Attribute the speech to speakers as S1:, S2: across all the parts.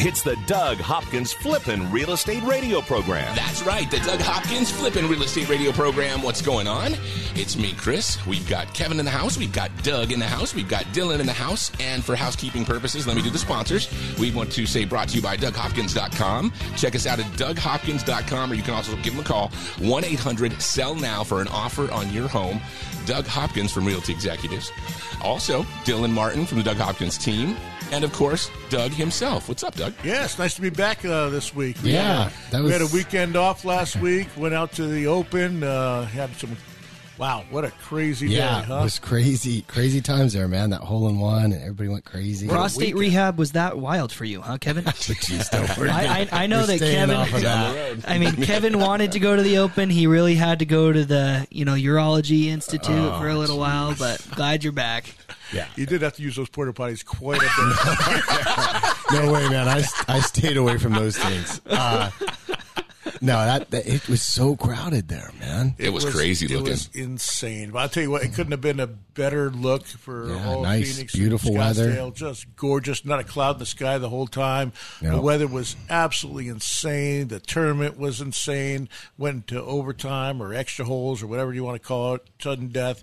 S1: It's the Doug Hopkins Flippin' Real Estate Radio Program.
S2: That's right, the Doug Hopkins Flippin' Real Estate Radio Program. What's going on? It's me, Chris. We've got Kevin in the house. We've got Doug in the house. We've got Dylan in the house. And for housekeeping purposes, let me do the sponsors. We want to say brought to you by DougHopkins.com. Check us out at DougHopkins.com, or you can also give them a call 1 800 Sell Now for an offer on your home. Doug Hopkins from Realty Executives. Also, Dylan Martin from the Doug Hopkins team. And of course, Doug himself. What's up, Doug?
S3: Yes, nice to be back uh, this week. We
S4: Yeah,
S3: had a,
S4: that
S3: we had a
S4: was-
S3: weekend off last week. Went out to the Open. Uh, had some. Wow, what a crazy
S4: Yeah,
S3: day,
S4: it
S3: huh?
S4: was crazy, crazy times there, man. That hole in one, and everybody went crazy.
S5: Prostate rehab was that wild for you, huh, Kevin?
S4: Jeez, don't worry.
S5: I, I, I know
S4: We're
S5: that
S4: staying
S5: Kevin.
S4: off of that.
S5: I mean, Kevin wanted to go to the Open. He really had to go to the you know urology institute for a little while. But glad you're back.
S3: You did have to use those porta potties quite a bit.
S4: No way, man. I, I stayed away from those things. Uh, no, that, that it was so crowded there, man.
S2: It was crazy
S3: it
S2: looking.
S3: was insane. But I'll tell you what, it couldn't have been a better look for
S4: Yeah,
S3: all of
S4: nice,
S3: Phoenix,
S4: beautiful weather.
S3: Scottsdale, Just gorgeous. Not a cloud in the sky the whole time.
S4: Yeah.
S3: The weather was absolutely insane. The tournament was insane. Went to overtime or extra holes or whatever you want to call it, sudden death.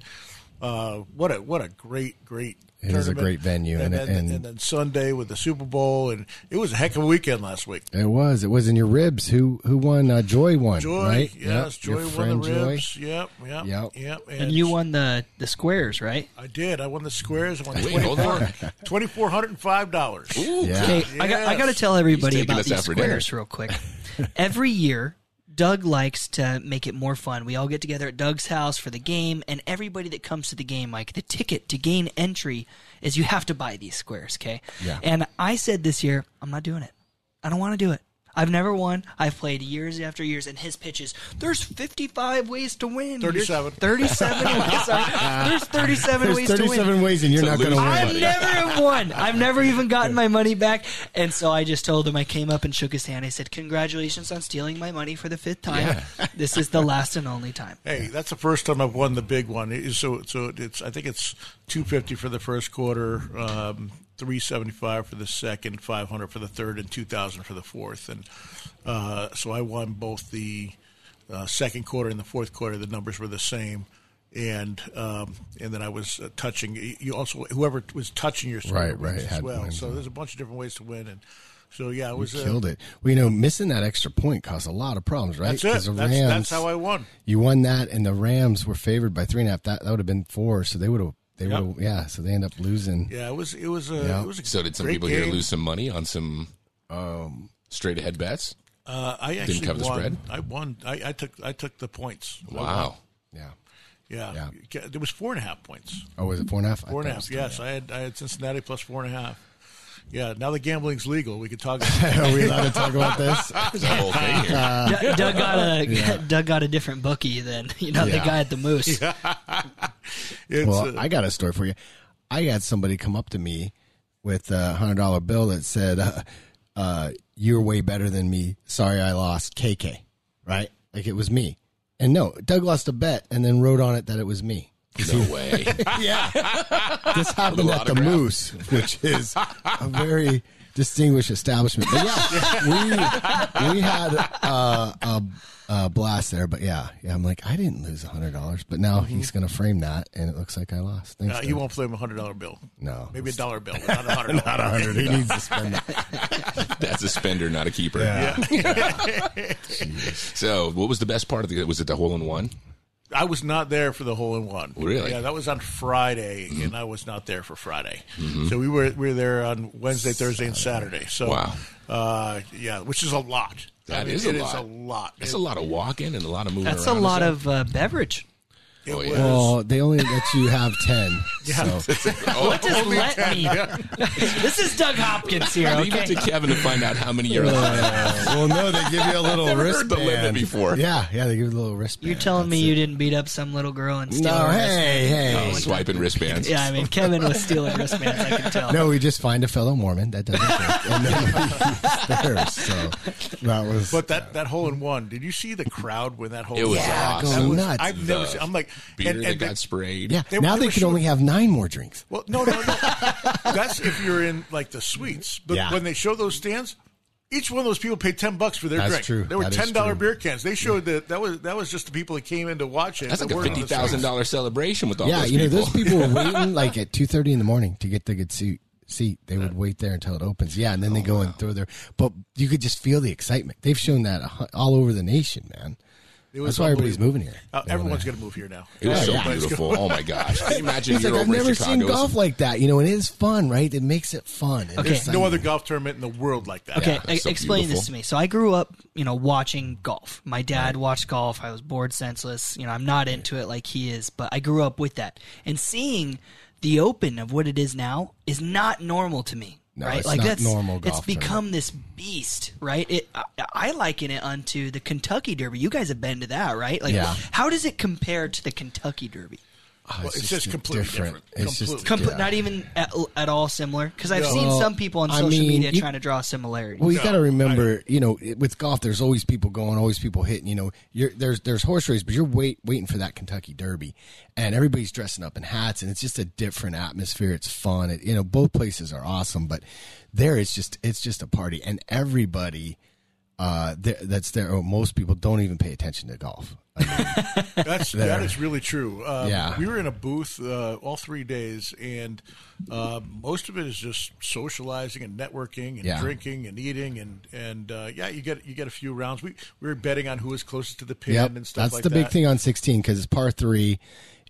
S3: Uh, what a what a great great.
S4: It is a
S3: tournament.
S4: great venue,
S3: and,
S4: and-
S3: then,
S4: and-
S3: and then Sunday with the Super Bowl, and it was a heck of a weekend last week.
S4: It was. It was in your ribs. Who who won? Uh, Joy won.
S3: Joy,
S4: right?
S3: yes,
S4: Yep, your
S3: Joy won
S4: friend
S3: the ribs. Yep, yep,
S4: Yep.
S3: yep, yep.
S5: And you won the the squares, right?
S3: I did. I won the squares. I won
S2: Wait, hold on.
S3: twenty four hundred and five dollars.
S2: Ooh,
S4: Yeah.
S5: Okay, I got I
S3: Yes.
S5: got to tell everybody
S2: He's taking
S5: about
S2: us
S5: these
S2: out for
S5: squares real quick. Every year, Doug likes to make it more fun. We all get together at Doug's house for the game, and everybody that comes to the game, like the ticket to gain entry, is you have to buy these squares. Okay,
S4: Yeah.
S5: And I said this year, I'm not doing it. I don't want to do it. I've never won. I've played years after years, and his pitches. There's 55 ways to win. There's
S3: 37.
S5: 37 ways. sorry. There's 37
S4: There's
S5: ways to win.
S4: 37 ways, and you're
S2: It's a
S4: not going to
S2: loser.
S4: win.
S2: I
S5: I've
S2: Everybody.
S5: never won. I've never even gotten my money back. And so I just told him, I came up and shook his hand. I said, Congratulations on stealing my money for the fifth time. This is the last and only time.
S3: Hey, that's the first time I've won the big one. It- So, so it's I think it's two fifty for the first quarter, um, three seventy five for the second, five hundred for the third, and two thousand for the fourth. And uh, so I won both the uh, second quarter and the fourth quarter. The numbers were the same. And um, and then I was uh, touching. You also whoever was touching your score
S4: Right, right,
S3: wins as
S4: had
S3: well.
S4: wins.
S3: So there's a bunch of different ways to win, and so yeah, it was uh,
S4: Killed it. Well, you know, missing that extra point caused a lot of problems, right?
S3: That's
S4: 'Cause
S3: it.
S4: the
S3: That's, that's how I won.
S4: You won that, and the Rams were favored by three and a half. That that would have been four. So they would have. They
S3: Yep.
S4: would have. Yeah. So they end up losing.
S3: Yeah, it was it was a
S4: Yeah.
S3: it was a
S2: So did some
S3: great
S2: people
S3: game.
S2: here lose some money on some um, straight ahead bets?
S3: Uh, I actually
S2: cover the
S3: won.
S2: spread?
S3: I won. I, I took I took the points. I won.
S2: Oh, Wow.
S4: Yeah.
S3: Yeah. There was four and a half points.
S4: Oh, was it four and a half? I
S3: Four and a half.
S4: thought it was
S3: Yes, I had I had Cincinnati plus four and a half. Yeah. Now the gambling's legal. We could talk.
S4: three. Are we allowed to talk about this?
S2: There's a whole thing here.
S4: Uh,
S5: D- Doug got a Doug got a different bookie than you know the
S4: Yeah.
S5: guy at the Moose.
S3: It's,
S4: Well,
S3: uh,
S4: I got a story for you. I had somebody come up to me with a hundred dollar bill that said, uh, uh, "You're way better than me. Sorry, I lost." KK, right? Like it was me. And no, Doug lost a bet and then wrote on it that it was me.
S2: No way.
S4: This happened at the
S2: autograph.
S4: Moose, which is a very distinguished establishment. But yeah, we we had uh, a, a blast there. But yeah, yeah, I'm like, I didn't lose a hundred dollars, but now he's going to frame that, and it looks like I lost. Thanks,
S3: uh,
S4: Doug.
S3: you won't play him a hundred dollar bill.
S4: No.
S3: Maybe a dollar bill, but not a hundred.
S4: Not a hundred. He needs to spend that.
S2: That's a spender, not a keeper. So, what was the best part of the? Was it the hole in one?
S3: I was not there for the hole in one.
S2: Really? Mm-hmm.
S3: Yeah, that was on Friday, and I was not there for Friday. So we were we were there on Wednesday, Thursday, and Saturday. So
S2: Wow.
S3: uh, yeah, which is a lot.
S2: That
S3: That is
S2: is a lot.
S3: a lot.
S2: That's
S3: It-
S2: a lot of walking and a lot of moving.
S5: That's a
S2: around and
S5: lot
S2: stuff.
S5: of uh, beverage.
S3: it
S2: Oh, yeah.
S3: was-
S4: Well, they only let you have ten. Yeah. So,
S2: Oh,
S5: What does let mean? this is Doug Hopkins here.
S2: Leave it to
S5: Okay.
S2: Kevin to find out how many you're on.
S4: uh, well, no, they give you a little
S2: Never heard
S4: wristband.
S2: the limit before.
S4: Yeah, yeah, they give you a little wristband.
S5: You're telling me you didn't beat up some little girl and steal
S4: No,
S5: her
S4: hey, hey.
S2: Oh, swiping wristbands.
S5: Yeah, I mean Kevin was stealing wristbands. I can tell.
S4: No, we just find a fellow Mormon that doesn't drink, and then we use theirs. So that was.
S3: But that, that hole in one, did you see the crowd when that hole
S2: It was
S4: Yeah,
S2: awesome.
S4: go
S3: That was-
S4: nuts.
S3: I've never seen, I'm like,
S2: Beer
S3: and,
S2: that
S3: and
S2: got
S3: the-
S2: sprayed.
S4: yeah,
S3: they-
S4: now
S3: they
S4: they
S3: were
S4: could
S3: short-
S4: only have nine more drinks.
S3: Well, no, no, no. That's if you're in like the suites. But
S4: Yeah.
S3: when they show those stands, each one of those people paid ten bucks for their
S4: That's
S3: drink.
S4: true.
S3: There were
S4: That is
S3: ten dollar
S4: true.
S3: beer cans. They showed that that was that was just the people that came in to watch it.
S2: That's
S3: that
S2: like a
S3: weren't on the
S2: fifty thousand
S3: streets.
S2: dollar celebration with all
S4: yeah,
S2: those
S4: you know,
S2: people.
S4: those people were waiting like at two thirty in the morning to get the good seat. Seat. They would wait there until it opens. Yeah, and then they
S3: Oh,
S4: go and throw their. But you could just feel the excitement. They've shown that a hu- all over the nation, man.
S3: was
S4: That's why everybody's
S3: unbelievable.
S4: moving here.
S3: Uh,
S4: They wanna-
S3: everyone's going to move here now.
S2: It was so
S4: Yeah.
S2: beautiful. Oh my gosh! Can you imagine
S4: He's
S2: you're
S4: like, I've
S2: over in
S4: never
S2: Chicago?
S4: seen golf like that, you know, and it is fun, right? It makes it fun. and
S5: Okay.
S4: it's
S3: No
S4: like-
S3: other golf tournament in the world like that.
S5: Okay,
S2: Yeah, it's
S5: e-
S2: so
S5: explain
S2: beautiful.
S5: this to me. So I grew up, you know, watching golf. My dad watched golf. I was bored senseless. You know, I'm not into it like he is, but I grew up with that. And seeing the open of what it is now is not normal to me.
S4: No,
S5: right?
S4: it's
S5: like
S4: not
S5: that's
S4: normal
S5: it's
S4: golf tournament.
S5: become this beast, right? It I, I liken it unto the Kentucky Derby. You guys have been to that, right? Like
S4: Yeah.
S5: how does it compare to the Kentucky Derby?
S4: Oh,
S3: Well, it's just completely different.
S4: It's just
S5: Compl-
S4: yeah.
S5: Not even at, at all similar because I've
S3: No.
S5: seen
S4: Well,
S5: some people on
S4: I
S5: social
S4: mean,
S5: media
S4: you-
S5: trying to draw similarities.
S4: Well, you
S3: No,
S4: got to remember, you know, it- with golf, there's always people going, always people hitting. You know, you're, there's there's horse race, but you're wait waiting for that Kentucky Derby, and everybody's dressing up in hats, and it's just a different atmosphere. It's fun. It, you know, both places are awesome, but there it's just it's just a party, and everybody uh, th- that's there. Or most people don't even pay attention to golf.
S3: That's that is really true. Um,
S4: Yeah.
S3: we were in a booth uh, all three days, and uh, most of it is just socializing and networking and
S4: Yeah.
S3: drinking and eating and and uh, yeah, you get you get a few rounds. We we were betting on who was closest to the pin
S4: Yep,
S3: and stuff
S4: that's
S3: like
S4: the
S3: that.
S4: big thing on 16 because it's par three.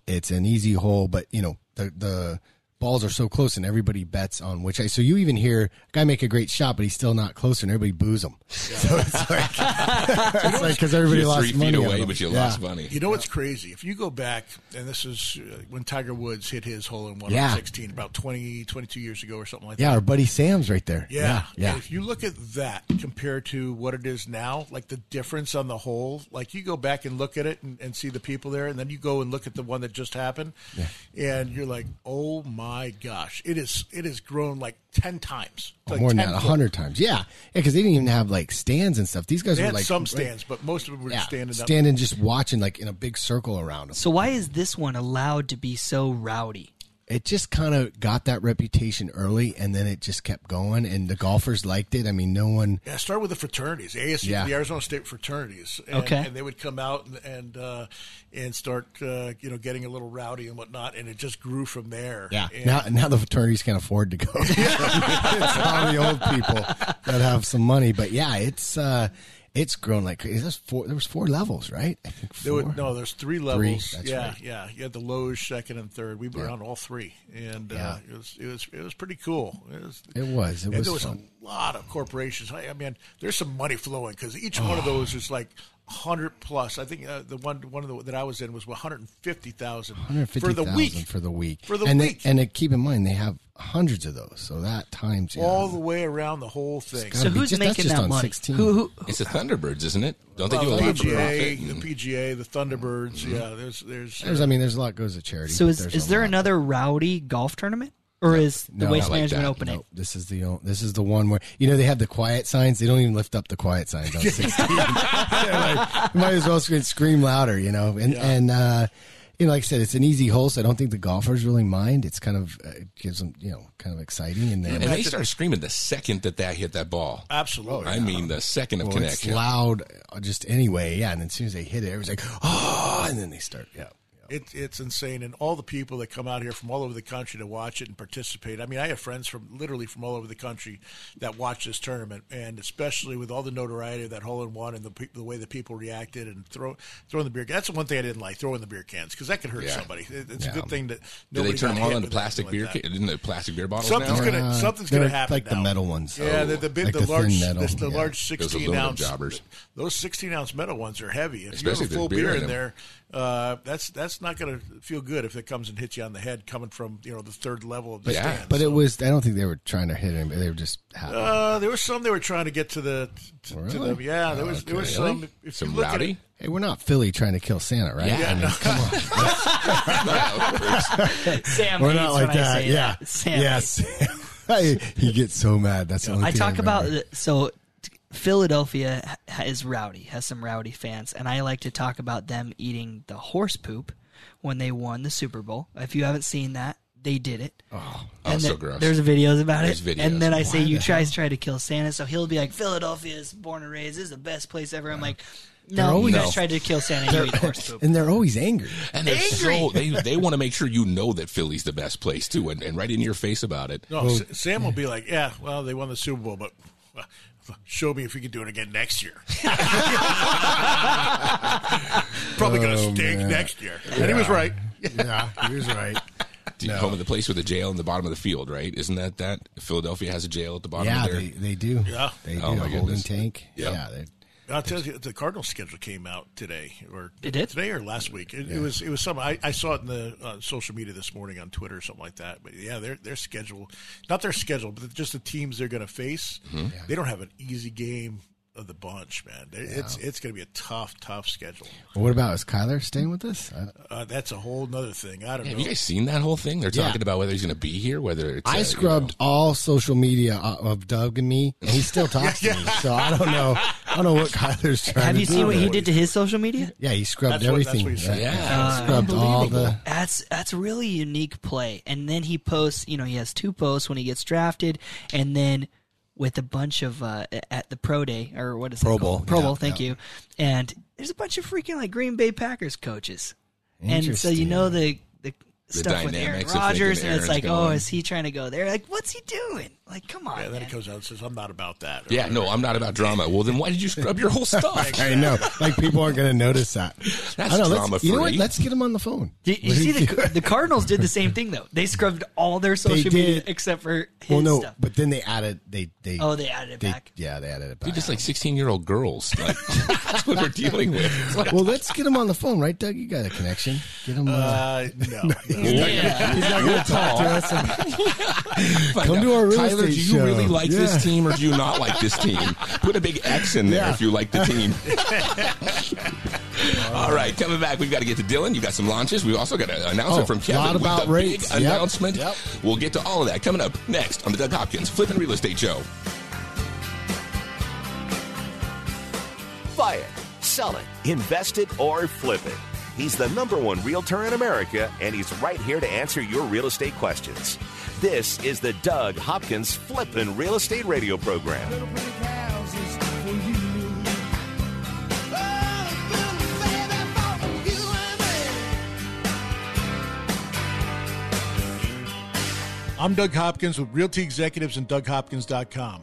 S4: It's an easy hole, but you know the the balls are so close, and everybody bets on which. I, so you even hear a guy make a great shot, but he's still not close, and everybody boos him. So it's like it's like because everybody
S2: You're
S4: lost
S2: three feet
S4: money on
S2: away,
S4: him.
S2: but you
S4: yeah.
S2: lost money.
S3: You know what's crazy? If you go back, and this is uh, when Tiger Woods hit his hole in one
S4: Yeah.
S3: on 16, about 20, 22 years ago or something like that.
S4: Yeah, our buddy Sam's right there.
S3: Yeah.
S4: yeah.
S3: And if you look at that compared to what it is now, like the difference on the whole, like you go back and look at it and, and see the people there, and then you go and look at the one that just happened, and you're like, oh my gosh, it is it has grown like ten times, like
S4: More than that, a
S3: tenfold.
S4: hundred times. Yeah, yeah, because they didn't even have like stands and stuff. These guys
S3: They
S4: were
S3: had
S4: like
S3: some stands, but most of them were
S4: yeah,
S3: standing up.
S4: standing just watching like in a big circle around them.
S5: So why is this one allowed to be so rowdy?
S4: it just kind of got that reputation early and then it just kept going and the golfers liked it i mean no one
S3: Yeah, start with the fraternities, ASU,
S4: Yeah.
S3: the Arizona State fraternities. And,
S5: Okay.
S3: and they would come out and and, uh, and start uh, you know getting a little rowdy and whatnot, and it just grew from there. And-
S4: now now the fraternities can't afford to go it's all the old people that have some money but yeah it's uh it's grown like crazy. There's four, there was four levels, right? I think
S3: There
S4: four.
S3: were, no, there's three levels.
S4: that's
S3: yeah,
S4: right.
S3: yeah. You had the Loge second and third. We were on all three, and uh, it was it was it was pretty cool. It was.
S4: It was. It
S3: and
S4: was
S3: there was
S4: fun.
S3: a lot of corporations. I, I mean, there's some money flowing because each one of
S4: Oh.
S3: those is like. Hundred plus. I think uh, the one one of the that I was in was one hundred fifty thousand for the
S4: 150,000
S3: week.
S4: for the week.
S3: For the
S4: and they-
S3: week.
S4: and they- keep in mind, they have hundreds of those. So that times yeah,
S3: all the way around the whole thing.
S4: gotta
S5: So
S4: be
S5: who's
S4: just- that's
S5: making
S4: just
S5: that
S4: on
S5: money?
S4: 16.
S5: Who, who,
S2: It's the Thunderbirds, isn't it? Don't they
S3: Well,
S2: do a
S3: the
S2: lot for profit?
S3: PGA, the PGA, the Thunderbirds.
S4: Mm-hmm.
S3: Yeah, there's there's.
S4: There's, I mean, there's a lot goes to charity.
S5: so
S4: but
S5: is
S4: there's
S5: is
S4: a
S5: there
S4: lot.
S5: another rowdy golf tournament, or is the
S4: No,
S5: Waste
S4: not
S2: like
S5: Management
S2: that.
S5: opening?
S4: Nope, this is the o- this is the one where you know they have the quiet signs. They don't even lift up the quiet signs on sixteen. They're like, might as well scream, scream louder, you know. And and uh, you know, like I said, it's an easy hole, so I don't think the golfers really mind. It's kind of uh, it gives them you know kind of exciting, and then
S2: And they start screaming the second that that hit that ball.
S4: Oh,
S3: Absolutely.
S2: I mean, the second of
S4: well, it's
S2: connection.
S4: loud uh, just anyway. Yeah, and then as soon as they hit it, everybody's like, oh, and then they start. Yeah,
S3: It, it's insane, and all the people that come out here from all over the country to watch it and participate. I mean, I have friends from literally from all over the country that watch this tournament, and especially with all the notoriety of that hole in one and the, peop the way the people reacted and throw throwing the beer. That's the one thing I didn't like throwing the beer cans because that could hurt
S2: Yeah.
S3: somebody. It, it's
S4: Yeah.
S3: a good thing that
S2: Do they
S3: nobody
S2: turn
S3: got
S2: them all
S3: hit
S2: into
S3: with anything
S2: plastic
S3: like
S2: beer?
S3: that.
S2: ca- Isn't it plastic beer bottles
S3: Something's
S2: now?
S3: gonna
S4: Uh,
S3: something's
S4: they're
S3: gonna happen.
S4: like the
S3: now.
S4: metal ones.
S3: Yeah,
S4: Oh,
S3: the, the big,
S4: like
S3: the,
S4: the thin
S3: large,
S4: metal,
S3: this- the
S4: yeah.
S3: large
S2: Those
S3: sixteen
S2: aluminum
S3: ounce
S2: jobbers.
S3: Those sixteen ounce metal ones are heavy. If
S2: Especially if
S3: you have
S2: there's
S3: a full
S2: beer
S3: beer
S2: in
S3: in
S2: them.
S3: there, uh, that's that's that's not going to feel good if it comes and hits you on the head coming from you know the third level of the
S2: Yeah.
S3: stand.
S4: But it was. I don't think they were trying to hit him. They were just happy.
S3: Uh, there were some they were trying to get to the to, to
S4: Really?
S3: them. Yeah, there was there was
S2: Really?
S3: some. If
S2: Some
S3: you look
S2: rowdy?
S3: At
S4: hey, we're not Philly trying to kill Santa, right?
S2: Yeah.
S4: I mean, come on.
S5: Sam
S4: We're
S5: hates
S4: not like
S5: when I
S4: that.
S5: say
S4: Yeah.
S5: that. Sam hates.
S4: yes. he gets so mad. That's the only
S5: I
S4: thing
S5: talk about
S4: remember.
S5: so t- Philadelphia ha- is rowdy, has some rowdy fans, and I like to talk about them eating the horse poop when they won the Super Bowl. If you haven't seen that, they did it. Oh,
S2: oh, so gross.
S5: There's videos about
S2: There's
S5: it.
S2: videos.
S5: And then I say
S4: Why
S5: you
S4: the
S5: guys try to kill Santa, so he'll be like, Philadelphia is born and raised, this is the best place ever. I'm like, No, you
S4: always-
S5: guys
S4: No.
S5: tried to kill Santa, you eat horse poop.
S4: And they're always angry.
S2: and they're so they they want to make sure you know that Philly's the best place too, and, and right in your face about it.
S3: no, S- Sam will be like, yeah, well, they won the Super Bowl, but uh, show me if we can do it again next year. Probably going
S4: Oh,
S3: to stink
S4: man.
S3: next year. And he was right.
S4: yeah, he was right.
S2: Do you call it the place with a jail in the bottom of the field, right? Isn't that that Philadelphia has a jail at the bottom
S4: Yeah,
S2: of their
S4: they, they do.
S3: Yeah.
S4: They do.
S2: Oh, my
S4: a holding
S2: goodness.
S4: tank.
S2: Yeah.
S4: Yeah. they-
S3: I'll tell you, the Cardinals schedule came out today, or
S5: It did?
S3: today or last week. It, it was it was some. I, I saw it in the uh, social media this morning on Twitter or something like that. But yeah, their their schedule, not their schedule, but just the teams they're going to face. They don't have an easy game of the bunch, man. They, It's it's going to be a tough, tough schedule.
S4: What about is Kyler staying with us? I,
S3: Uh, that's a whole nother thing. I don't
S2: Have
S3: know.
S2: you guys seen that whole thing? They're
S4: Yeah.
S2: talking about whether he's going to be here, whether it's. uh,
S4: I
S2: you
S4: scrubbed all social media o- of Doug and me, and he still talks to me. So I don't know. I don't know what Kyler's trying
S5: Have
S4: to
S5: you
S4: do
S5: seen what
S4: there.
S5: he did to his social media?
S4: Yeah, he scrubbed
S3: That's what- that's
S4: everything.
S3: what he said.
S2: know.
S4: Yeah.
S2: Yeah.
S4: Scrubbed all the.
S5: That's that's a really unique play. And then he posts, you know, he has two posts when he gets drafted, and then with a bunch of uh, at the pro day or what is
S4: Pro
S5: it called?
S4: Bowl,
S5: Pro
S4: yeah,
S5: Bowl, thank
S4: yeah.
S5: you. And there's a bunch of freaking like Green Bay Packers coaches, and so you
S4: Interesting.
S5: know the the, stuff with Aaron
S2: dynamics, if they
S5: Rodgers,
S2: can-
S5: and it's
S2: Aaron's
S5: like, oh,
S2: going.
S5: is he trying to go there? Like, what's he doing? Like, come on,
S3: And then
S5: man.
S3: it comes out and says, "I'm not about that."
S2: Yeah, no, I'm not about drama. Well, then why did you scrub your whole stuff?
S4: I know. Like people aren't going to notice that.
S2: That's
S4: I know, let's-
S2: drama
S4: You know what?
S2: free.
S4: Let's get him on the phone.
S5: You, you see, the the Cardinals did the same thing though. They scrubbed all their social media
S4: did.
S5: except for his
S4: well, no,
S5: stuff.
S4: but then they added they they
S5: Oh, they added it
S4: they-
S5: back.
S4: Yeah, they added it
S2: They're
S4: back.
S2: just like 16 year old girls. Like, that's what we're dealing with. It's like,
S4: well, let's get him on the phone, right, Doug? You got a connection? Get him. Uh,
S3: Uh, no, no.
S5: yeah.
S4: he's not going to talk to us.
S2: find
S4: Come
S2: out,
S4: to our real
S2: Tyler, do
S4: estate
S2: you
S4: show."
S2: really like
S4: Yeah.
S2: this team or do you not like this team? Put a big X in there
S4: Yeah.
S2: if you like the team. All right, coming back, we've got to get to Dylan. You've got some launches. We've also got an announcement
S4: Oh,
S2: from Kevin.
S4: lot
S2: with
S4: about
S2: a big
S4: rates. Yep.
S2: announcement.
S4: Yep.
S2: We'll get to all of that coming up next on the Doug Hopkins Flipping Real Estate Show.
S1: Buy it, sell it, invest it, or flip it. He's the number one realtor in America, and he's right here to answer your real estate questions. This is the Doug Hopkins Flippin' Real Estate Radio Program.
S3: I'm Doug Hopkins with Realty Executives and DougHopkins.com.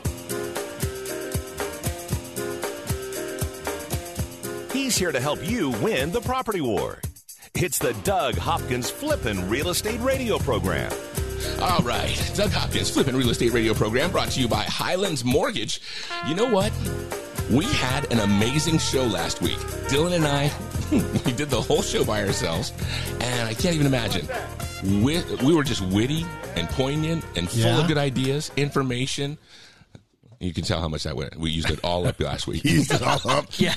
S1: He's here to help you win the property war. It's the Doug Hopkins Flippin' Real Estate Radio Program.
S2: All right, Doug Hopkins, Flipping Real Estate Radio Program, brought to you by Highlands Mortgage. You know what? We had an amazing show last week. Dylan and I, we did the whole show by ourselves, and I can't even imagine. We, we were just witty and poignant and full
S4: Yeah.
S2: of good ideas, information. You can tell how much that went. We used it all up last week.
S4: Used it all up.
S5: Yeah,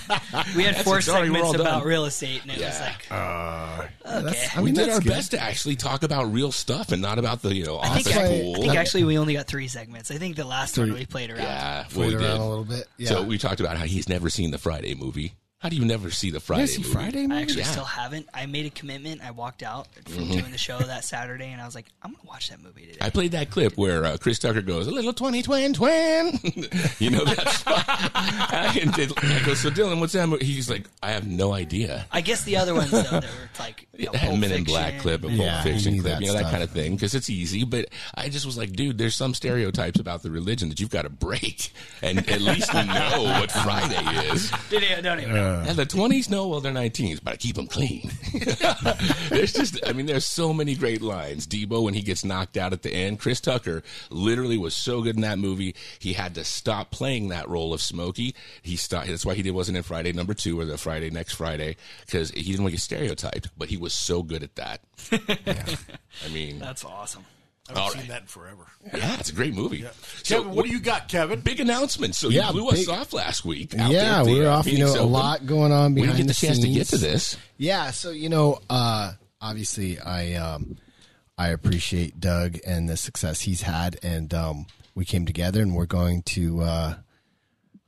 S5: we had four
S2: it. Sorry, we're all
S5: segments about
S2: done.
S5: real estate, and it was
S2: Yeah. Uh,
S5: like
S4: That's, I
S2: we
S4: mean,
S2: did
S4: that's
S2: our
S4: good.
S2: best to actually talk about real stuff and not about the you know
S5: I
S2: office
S5: think, I,
S2: pool.
S5: I think actually we only got three segments. I think the last one we played around.
S2: yeah, well,
S4: Played
S2: we
S4: around
S2: did.
S4: a little bit. Yeah.
S2: So we talked about how he's never seen the Friday movie. How do you never see the Friday
S4: see
S2: movie?
S4: Friday
S5: I actually
S2: Yeah. Mm-hmm.
S5: still haven't. I made a commitment. I walked out from doing the show that Saturday, and I was like, I'm gonna watch that movie today.
S2: I played that clip where uh, Chris Tucker goes, a little 20, twin, twin. you know, that's and did, I go, so Dylan, what's that movie? He's like, I have no idea.
S5: I guess the other ones though, that were like you know,
S2: It had
S5: Pulp
S2: Men in Black
S5: Fiction.
S2: clip, a Pulp
S4: Yeah, he
S2: Fiction
S4: knew
S2: clip,
S4: that
S2: you know, that
S4: stuff.
S2: kind of thing, because it's easy. But I just was like, dude, there's some stereotypes about the religion that you've got to break and at least know what Friday is.
S5: Didn't even- don't even know.
S2: And the 20s, no, well, they're 19s, but I keep them clean. there's just, I mean, there's so many great lines. Debo, when he gets knocked out at the end, Chris Tucker literally was so good in that movie, he had to stop playing that role of Smokey. He stopped, that's why he did, wasn't in Friday number two or the Friday next Friday, because he didn't want to get stereotyped, but he was so good at that. I mean,
S5: That's awesome.
S3: I haven't
S2: All
S3: seen
S2: right.
S3: that in forever.
S2: yeah, it's a great movie. So,
S3: Kevin, what do you got, Kevin?
S2: Big announcement. So
S4: Yeah,
S2: you blew us
S4: big-
S2: off last week. out there
S4: Yeah,
S2: at the,
S4: we were
S2: uh,
S4: off. You know,
S2: Phoenix
S4: a
S2: Open.
S4: lot going on
S2: We
S4: behind
S2: didn't get the, chance to get to
S4: scenes.
S2: this.
S4: Yeah, so you know, uh, obviously, I um, I appreciate Doug and the success he's had, and um, we came together, and we're going to. Uh,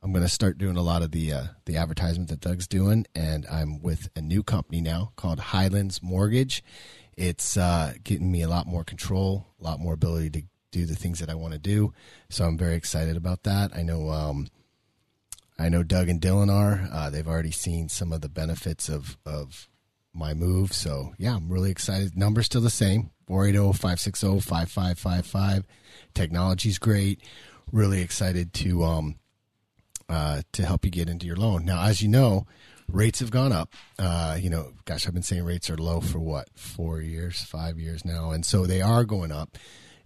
S4: I'm going to start doing a lot of the uh, the advertisement that Doug's doing, and I'm with a new company now called Highlands Mortgage. It's uh, getting me a lot more control, a lot more ability to do the things that I want to do. So I'm very excited about that. I know. Um, I know Doug and Dylan are. Uh, they've already seen some of the benefits of of my move. So yeah, I'm really excited. Number's still the same oh, 480-560-5555. Technology's great. Really excited to um uh to help you get into your loan. Now, as you know, rates have gone up. Uh, you know, gosh, I've been saying rates are low for what, four years, five years now. And so they are going up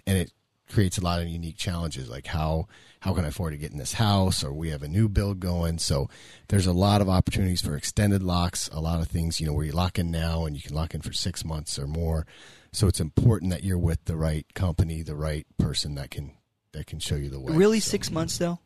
S4: and it creates a lot of unique challenges like how how can I afford to get in this house or we have a new build going so there's a lot of opportunities for extended locks a lot of things you know where you lock in now and you can lock in for 6 months or more so it's important that you're with the right company the right person that can that can show you the way
S5: Really,
S4: So-
S5: six months though.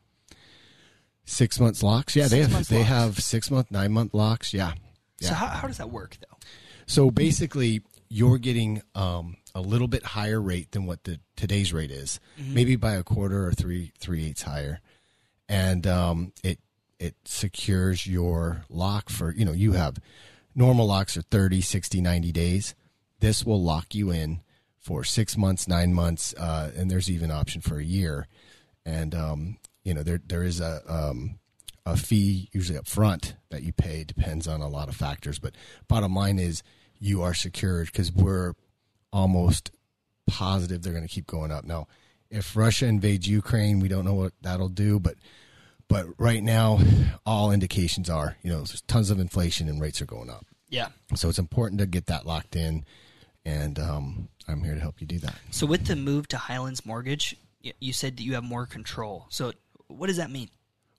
S4: 6 months locks yeah they
S5: Six
S4: have
S5: months
S4: they
S5: locks.
S4: have 6 month 9 month locks yeah yeah
S5: So how, how does that work though?
S4: so basically, you're getting um, a little bit higher rate than what the today's rate is,
S5: Mm-hmm.
S4: maybe by a quarter or three three eighths higher, and um, it it secures your lock for you know you have normal locks are 30 60 90 days this will lock you in for six months nine months uh, and there's even option for a year and um, you know there there is a um, a fee usually up front that you pay depends on a lot of factors but bottom line is you are secured because we're almost positive they're going to keep going up now if russia invades ukraine we don't know what that'll do but but right now all indications are you know there's tons of inflation and rates are going up
S5: Yeah.
S4: so it's important to get that locked in and um, i'm here to help you do that
S5: So with the move to Highlands Mortgage, y- you said that you have more control. So what does that mean?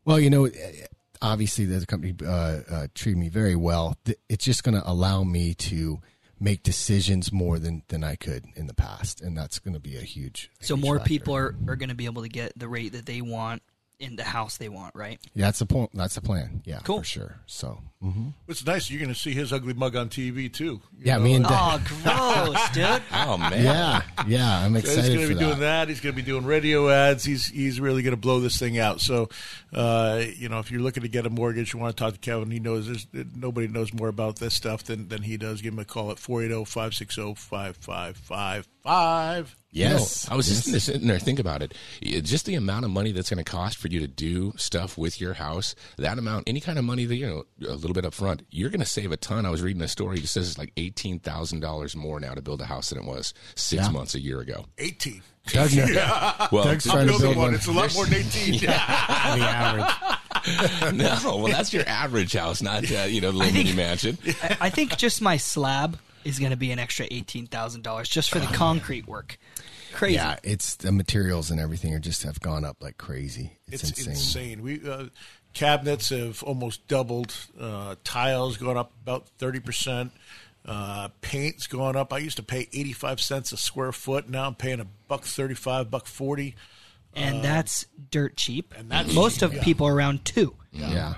S4: Well, you know, obviously the company uh, uh, treated me very well. Th- It's just going to allow me to make decisions more than than I could in the past, and that's going to be a huge. a
S5: So
S4: huge
S5: more
S4: factor.
S5: people are, are going to be able to get the rate that they want in the house they want, right?
S4: Yeah, that's the point. That's the plan. Yeah,
S5: Cool.
S4: for sure. So mm-hmm.
S3: It's nice. You're going to see his ugly mug on TV too. You
S4: yeah,
S3: know?
S4: me and
S5: Oh, gross, dude.
S2: Oh man,
S4: yeah, yeah, I'm
S3: So he's
S4: excited
S3: going to
S4: for
S3: be doing
S4: that.
S3: that. He's going to be doing radio ads. He's he's really going to blow this thing out. So, uh, you know, if you're looking to get a mortgage, you want to talk to Kevin. He knows there's, nobody knows more about this stuff than, than he does. Give him a call at oh, 480-560-5555.
S4: Yes,
S2: You know, I was just sitting- sitting there thinking about it. Yeah, Just the amount of money that's going to cost for you to do stuff with your house. That amount, any kind of money that you know, a little bit up front, you're going to save a ton. I was reading a story that says it's like eighteen thousand dollars more now to build a house than it was six
S4: Yeah.
S2: months a year ago.
S3: 18.
S4: Doug, kn-
S2: Well,
S4: Uh, Doug's trying to
S3: Building
S4: build
S3: one.
S4: one.
S3: It's a lot more than 18.
S4: on the average.
S2: no, well, that's your average house, not uh, you know the little
S5: think-
S2: mini mansion.
S5: I, I think just my slab is going to be an extra eighteen thousand dollars just for the concrete work. Crazy.
S4: Yeah, it's the materials and everything are just have gone up like crazy. It's,
S3: It's
S4: insane.
S3: insane. We uh, cabinets have almost doubled. Uh, tiles gone up about thirty percent. Uh, paint's gone up. I used to pay eighty five cents a square foot. Now I'm paying a buck thirty five, buck forty.
S5: and that's dirt cheap.
S3: and that's
S5: most
S3: cheap,
S5: of
S3: yeah.
S5: people are around two.
S4: Yeah.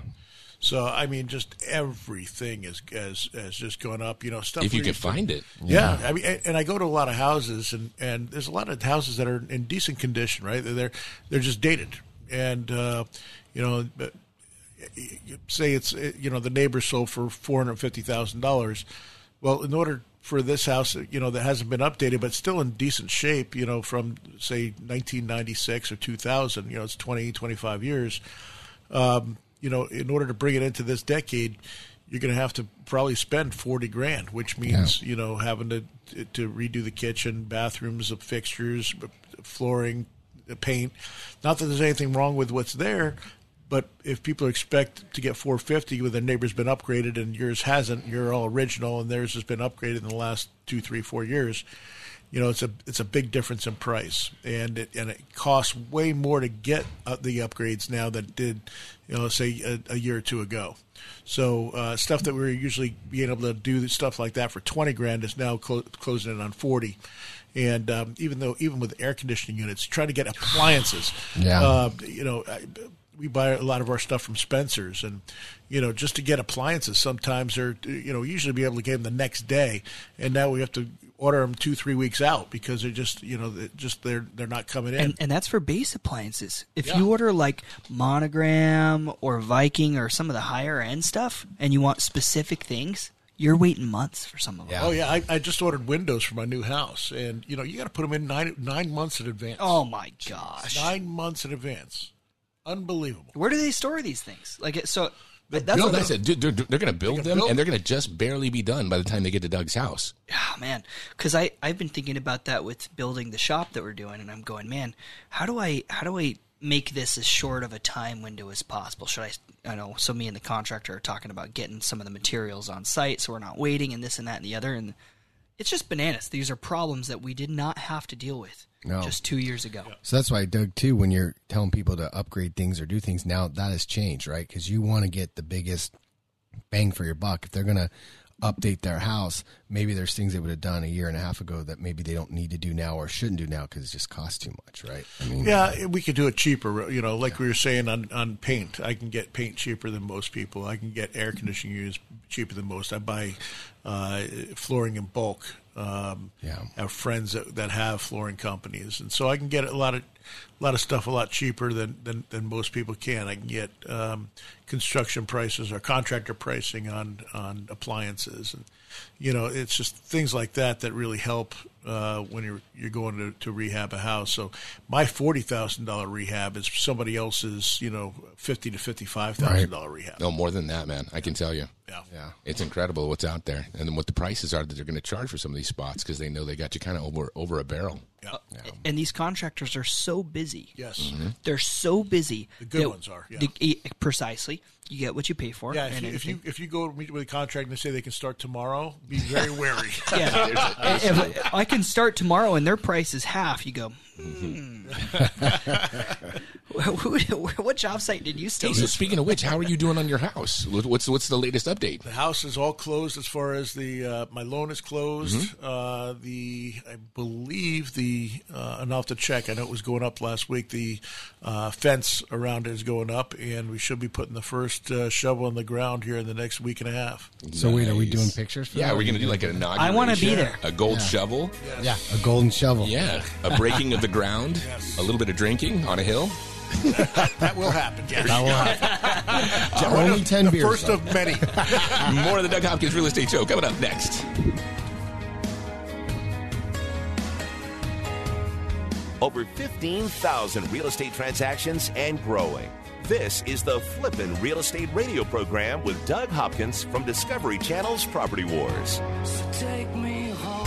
S3: So I mean, just everything is has, has just gone up. You know, stuff
S2: if you
S3: where
S2: can find it.
S3: Yeah. I mean, and, and I go to a lot of houses, and, and there's a lot of houses that are in decent condition, right? They're they're, they're just dated, and uh, you know, but y- y- say it's uh, you know the neighbor sold for four hundred fifty thousand dollars. Well, in order for this house, eh, you know, that hasn't been updated but still in decent shape, you know, from say 1996 or 2000, you know, it's 20, 25 years Um, you know, in order to bring it into this decade, you're going to have to probably spend forty grand, which means you know having to to redo the kitchen, bathrooms, the fixtures, flooring, the paint. Not that there's anything wrong with what's there, but if people expect to get four fifty with their neighbor's been upgraded and yours hasn't, you're all original and theirs has been upgraded in the last two, three, four years you know it's a it's a big difference in price and it and it costs way more to get uh, the upgrades now than it did you know say a, a year or two ago so uh, stuff that we were usually being able to do stuff like that for 20 grand is now clo- closing in on 40 and um, even though even with air conditioning units trying to get appliances
S4: Yeah.
S3: uh, you know I, we buy a lot of our stuff from Spencer's, and you know, just to get appliances, sometimes they're you know usually be able to get them the next day, and now we have to order them two three weeks out because they're just you know they're just they're they're not coming in.
S5: And, and that's for base appliances. If you order like Monogram or Viking or some of the higher end stuff and you want specific things, you're waiting months for some of them.
S3: oh yeah, I, I just ordered windows for my new house, and you know you got to put them in nine nine months in advance.
S5: Oh my gosh.
S3: nine months in advance, unbelievable.
S5: Where do they store these things? Like, it- so that's
S2: no,
S5: what
S2: that's it. Dude, They're, they're going to build them,
S3: build-
S2: and they're going to just barely be done by the time they get to Doug's house.
S5: Oh man, because I I've been thinking about that with building the shop that we're doing, and I'm going, man, how do I how do I make this as short of a time window as possible? Should I? I know. So me and the contractor are talking about getting some of the materials on site, so we're not waiting and this and that and the other. And it's just bananas. These are problems that we did not have to deal with
S4: No.
S5: just two years ago.
S4: So that's why, Doug, too, when you're telling people to upgrade things or do things, now that has changed, right? Because you want to get the biggest bang for your buck. If they're going to update their house, maybe there's things they would have done a year and a half ago that maybe they don't need to do now or shouldn't do now because it just costs too much, right? I mean,
S3: Yeah, we could do it cheaper. You know, like we were saying on, on paint, I can get paint cheaper than most people. I can get air conditioning units cheaper than most. I buy uh, flooring in bulk. Um,
S4: Yeah.
S3: I have friends that, that have flooring companies, and so I can get a lot of a lot of stuff a lot cheaper than than, than most people can. I can get um, construction prices or contractor pricing on on appliances, and you know it's just things like that that really help uh, when you're you're going to, to rehab a house. So my forty thousand dollar rehab is somebody else's you know fifty to fifty five thousand thousand dollar rehab.
S2: No, more than that, man. I can tell you.
S3: Yeah.
S4: yeah.
S2: It's incredible what's out there, and then what the prices are that they're going to charge for some of these spots because they know they got you kind of over over a barrel.
S5: And these contractors are so busy.
S3: Yes.
S5: They're so busy. The e,
S3: good ones are, yeah.
S5: precisely. You get what you pay for.
S3: Yeah, if
S5: and
S3: you, if
S5: anything-
S3: you if you go meet with a contract and they say they can start tomorrow, be very wary.
S5: Yeah. if I can start tomorrow and their price is half, you go, hmm. Who- who- what job site did you
S2: Hey,
S5: still
S2: so
S5: use?
S2: speaking of which, how are you doing on your house? What- What's what's the latest update?
S3: The house is all closed as far as the uh, my loan is closed. Uh, the I believe the uh, and I'll have to check. I know it was going up last week. The uh, fence around it is going up, and we should be putting the first uh, shovel in the ground here in the next week and a half.
S4: So wait, are we
S2: Nice.
S4: doing pictures for
S2: yeah,
S4: that?
S2: we're going to do like an inauguration.
S5: I wanna be there.
S2: A gold shovel.
S4: Yeah, a golden shovel.
S2: Yeah, a breaking of the ground. A little bit of drinking on a hill.
S3: That will happen. Yes.
S4: That will happen. Only 10
S3: the
S4: beers.
S3: first
S4: though.
S3: of many. Ah.
S2: More of the Doug Hopkins Real Estate Show coming up next.
S1: Over 15,000 real estate transactions and growing. This is the Flippin' Real Estate Radio program with Doug Hopkins from Discovery Channel's Property Wars.
S6: Take me home.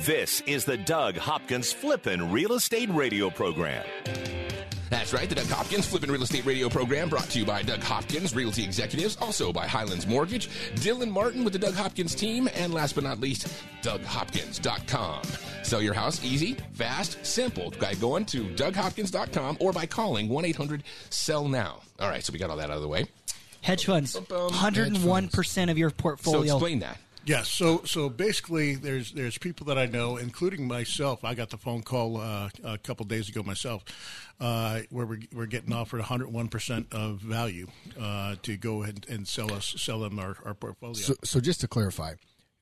S1: This is the Doug Hopkins Flippin' Real Estate Radio Program.
S2: That's right, the Doug Hopkins Flippin' Real Estate Radio Program brought to you by Doug Hopkins Realty Executives, also by Highlands Mortgage, Dylan Martin with the Doug Hopkins team, and last but not least, DougHopkins.com. Sell your house easy, fast, simple by going to DougHopkins.com or by calling 1 800 SELL NOW. All right, so we got all that out of the way.
S5: Hedge funds,
S2: Hedge
S5: 101% of your
S2: So
S5: portfolio.
S2: explain that.
S3: Yes. So so basically, there's there's people that I know, including myself. I got the phone call uh, a couple days ago myself, uh, where we're, we're getting offered 101 percent of value uh, to go ahead and sell us sell them our, our portfolio.
S4: So, so just to clarify,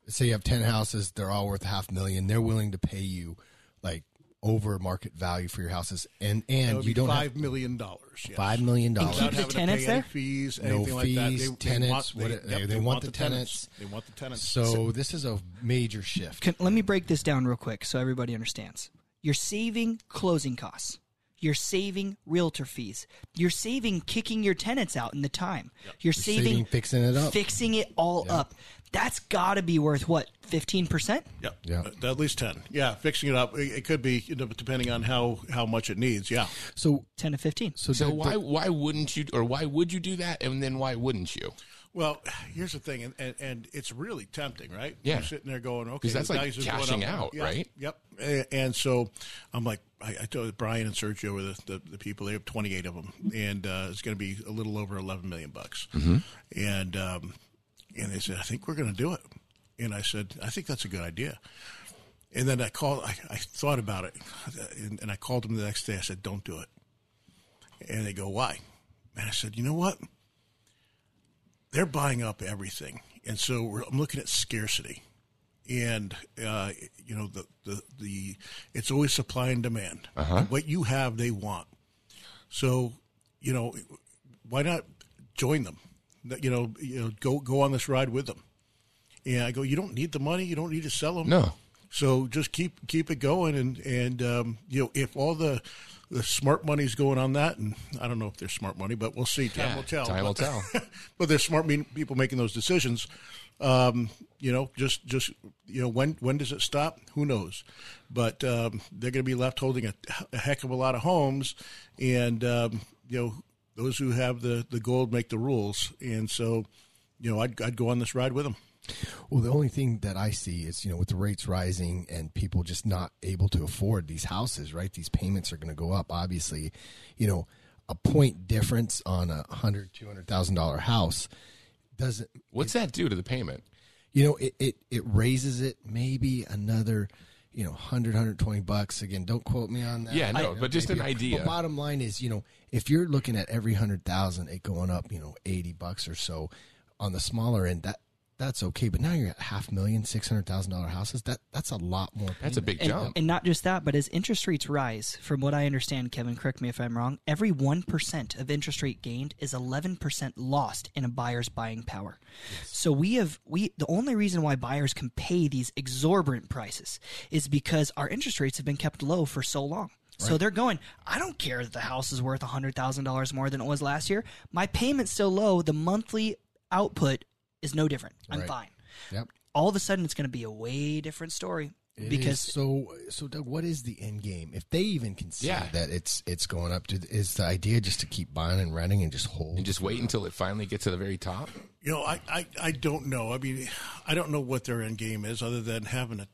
S4: say you have ten houses, they're all worth a half million. They're willing to pay you like over market value for your houses, and
S3: That
S4: and
S3: would
S4: you
S3: be
S4: don't
S3: five
S4: have
S3: million dollars. yes.
S4: five million dollars.
S3: Without
S5: the
S3: having to
S5: tenants
S3: pay
S5: there?
S3: Any fees,
S4: no
S3: anything
S4: fees,
S3: like that. They- they
S4: tenants.
S3: want-
S4: what- They,
S3: yep,
S4: they want the tenants.
S3: They want the tenants.
S4: So this is a major shift.
S5: Can, let me break this down real quick so everybody understands. You're saving closing costs. You're saving realtor fees. You're saving kicking your tenants out in the time. You're saving,
S4: saving fixing it up.
S5: Fixing it all up. That's got to be worth what? 15%?
S3: Yep.
S4: Yeah.
S3: Uh, At least ten. Yeah. Fixing it up. It, it could be you know, depending on how how much it needs. Yeah.
S4: So
S5: 10 to 15.
S4: so,
S2: So
S4: the-
S2: why why wouldn't you or why would you do that and then why wouldn't you?
S3: Well, here's the thing, and, and, and it's really tempting, right?
S2: Yeah.
S3: You're sitting there going, okay,
S2: 'Cause that's
S3: the
S2: like
S3: values are going
S2: cashing
S3: up.
S2: out,
S3: Yeah,
S2: right?
S3: Yep. And, and so I'm like, I, I told Brian and Sergio were the, the, the people. They have 28 of them, and uh, it's going to be a little over 11 million bucks.
S2: Mm-hmm.
S3: And um, and they said, I think we're going to do it. And I said, I think that's a good idea. And then I called. I, I thought about it, and, and I called them the next day. I said, "Don't do it." And they go, "Why?" And I said, "You know what? They're buying up everything, and so we're, I'm looking at scarcity, and uh, you know the, the the it's always supply and demand.
S2: Uh-huh.
S3: What you have, they want. So, you know, why not join them? That- You know, you know, go go on this ride with them." And I go, "You don't need the money. You don't need to sell them.
S2: No.
S3: So just keep keep it going, and and um, you know if all the the smart money's going on that, and I don't know if there's smart money, but we'll see. Time
S2: Yeah,
S3: will tell.
S2: time will
S3: Oh, But-
S2: tell.
S3: but there's smart mean, people making those decisions. Um, you know, just just you know when when does it stop? Who knows? But um, they're going to be left holding a, a heck of a lot of homes, and um, you know those who have the the gold make the rules, and so you know I'd I'd go on this ride with them.
S4: Well, the only thing that I see is, you know, with the rates rising and people just not able to afford these houses, right? These payments are going to go up. Obviously, you know, a point difference on a hundred, two hundred thousand dollar house doesn't,
S2: What's that do to the payment?
S4: you know, it, it it raises it maybe another, you know, 100, 120 bucks. Again, don't quote me on that.
S2: Yeah, no,
S4: You know,
S2: but just an
S4: maybe-
S2: idea.
S4: But bottom line is, you know, if you're looking at every hundred thousand, it going up, you know, eighty bucks or so on the smaller end, that that's okay. But now you're at half million, six hundred thousand dollar houses. That that's a lot more.
S2: That's a big
S5: And,
S2: jump.
S5: and not just that, but as interest rates rise, from what I understand, Kevin, correct me if I'm wrong, every 1% of interest rate gained is 11% lost in a buyer's buying power. So we have, we, the only reason why buyers can pay these exorbitant prices is because our interest rates have been kept low for so long. So they're going, I don't care that the house is worth $100,000 more than it was last year. My payment's still low. The monthly output is no different. I'm
S4: Right.
S5: fine.
S4: Yep.
S5: All of a sudden, it's going to be a way different story.
S4: It
S5: because
S4: is so so Doug, what is the end game? If they even consider
S2: Yeah.
S4: that it's it's going up to is the idea just to keep buying and renting and just hold
S2: and just wait until it finally gets to the very top.
S3: You know, I, I, I don't know. I mean, I don't know what their end game is other than having a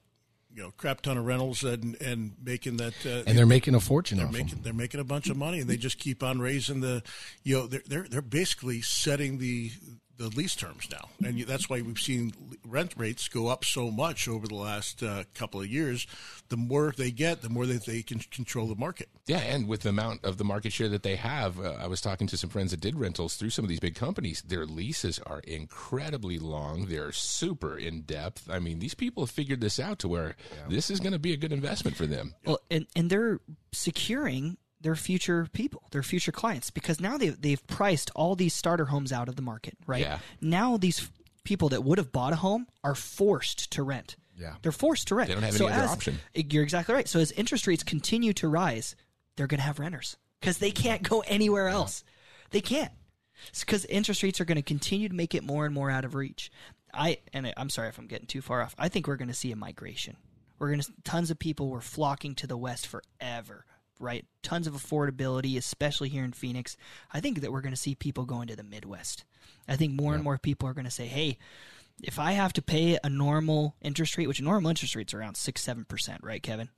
S3: you know crap ton of rentals and and making that uh,
S4: and they're making a fortune
S3: they're
S4: off 'em.
S3: making they're making a bunch of money and they just keep on raising the you know they're they're, they're basically setting the the lease terms now, and you- that's why we've seen rent rates go up so much over the last uh, couple of years. The more they get, the more that they can control the market.
S2: Yeah, and with the amount of the market share that they have, uh, I was talking to some friends that did rentals through some of these big companies. Their leases are incredibly long. They're super in depth. I mean, these people have figured this out to where this is going to be a good investment for them.
S5: Well, and, and they're securing their future people, their future clients, because now they've, they've priced all these starter homes out of the market, right?
S2: Yeah.
S5: Now these f- people that would have bought a home are forced to rent.
S4: Yeah.
S5: They're forced to rent.
S2: They don't have
S5: so
S2: any other
S5: as-
S2: option.
S5: You're exactly right. So as interest rates continue to rise, they're going to have renters because they can't go anywhere else. They can't because interest rates are going to continue to make it more and more out of reach. I and I- I'm sorry if I'm getting too far off. I think we're going to see a migration. We're going to tons of people were flocking to the West forever, right? Tons of affordability, especially here in Phoenix. I think that we're going to see people going to the Midwest. I think more and more people are going to say, "Hey, if I have to pay a normal interest rate, which normal interest rates are around six seven percent, right, Kevin?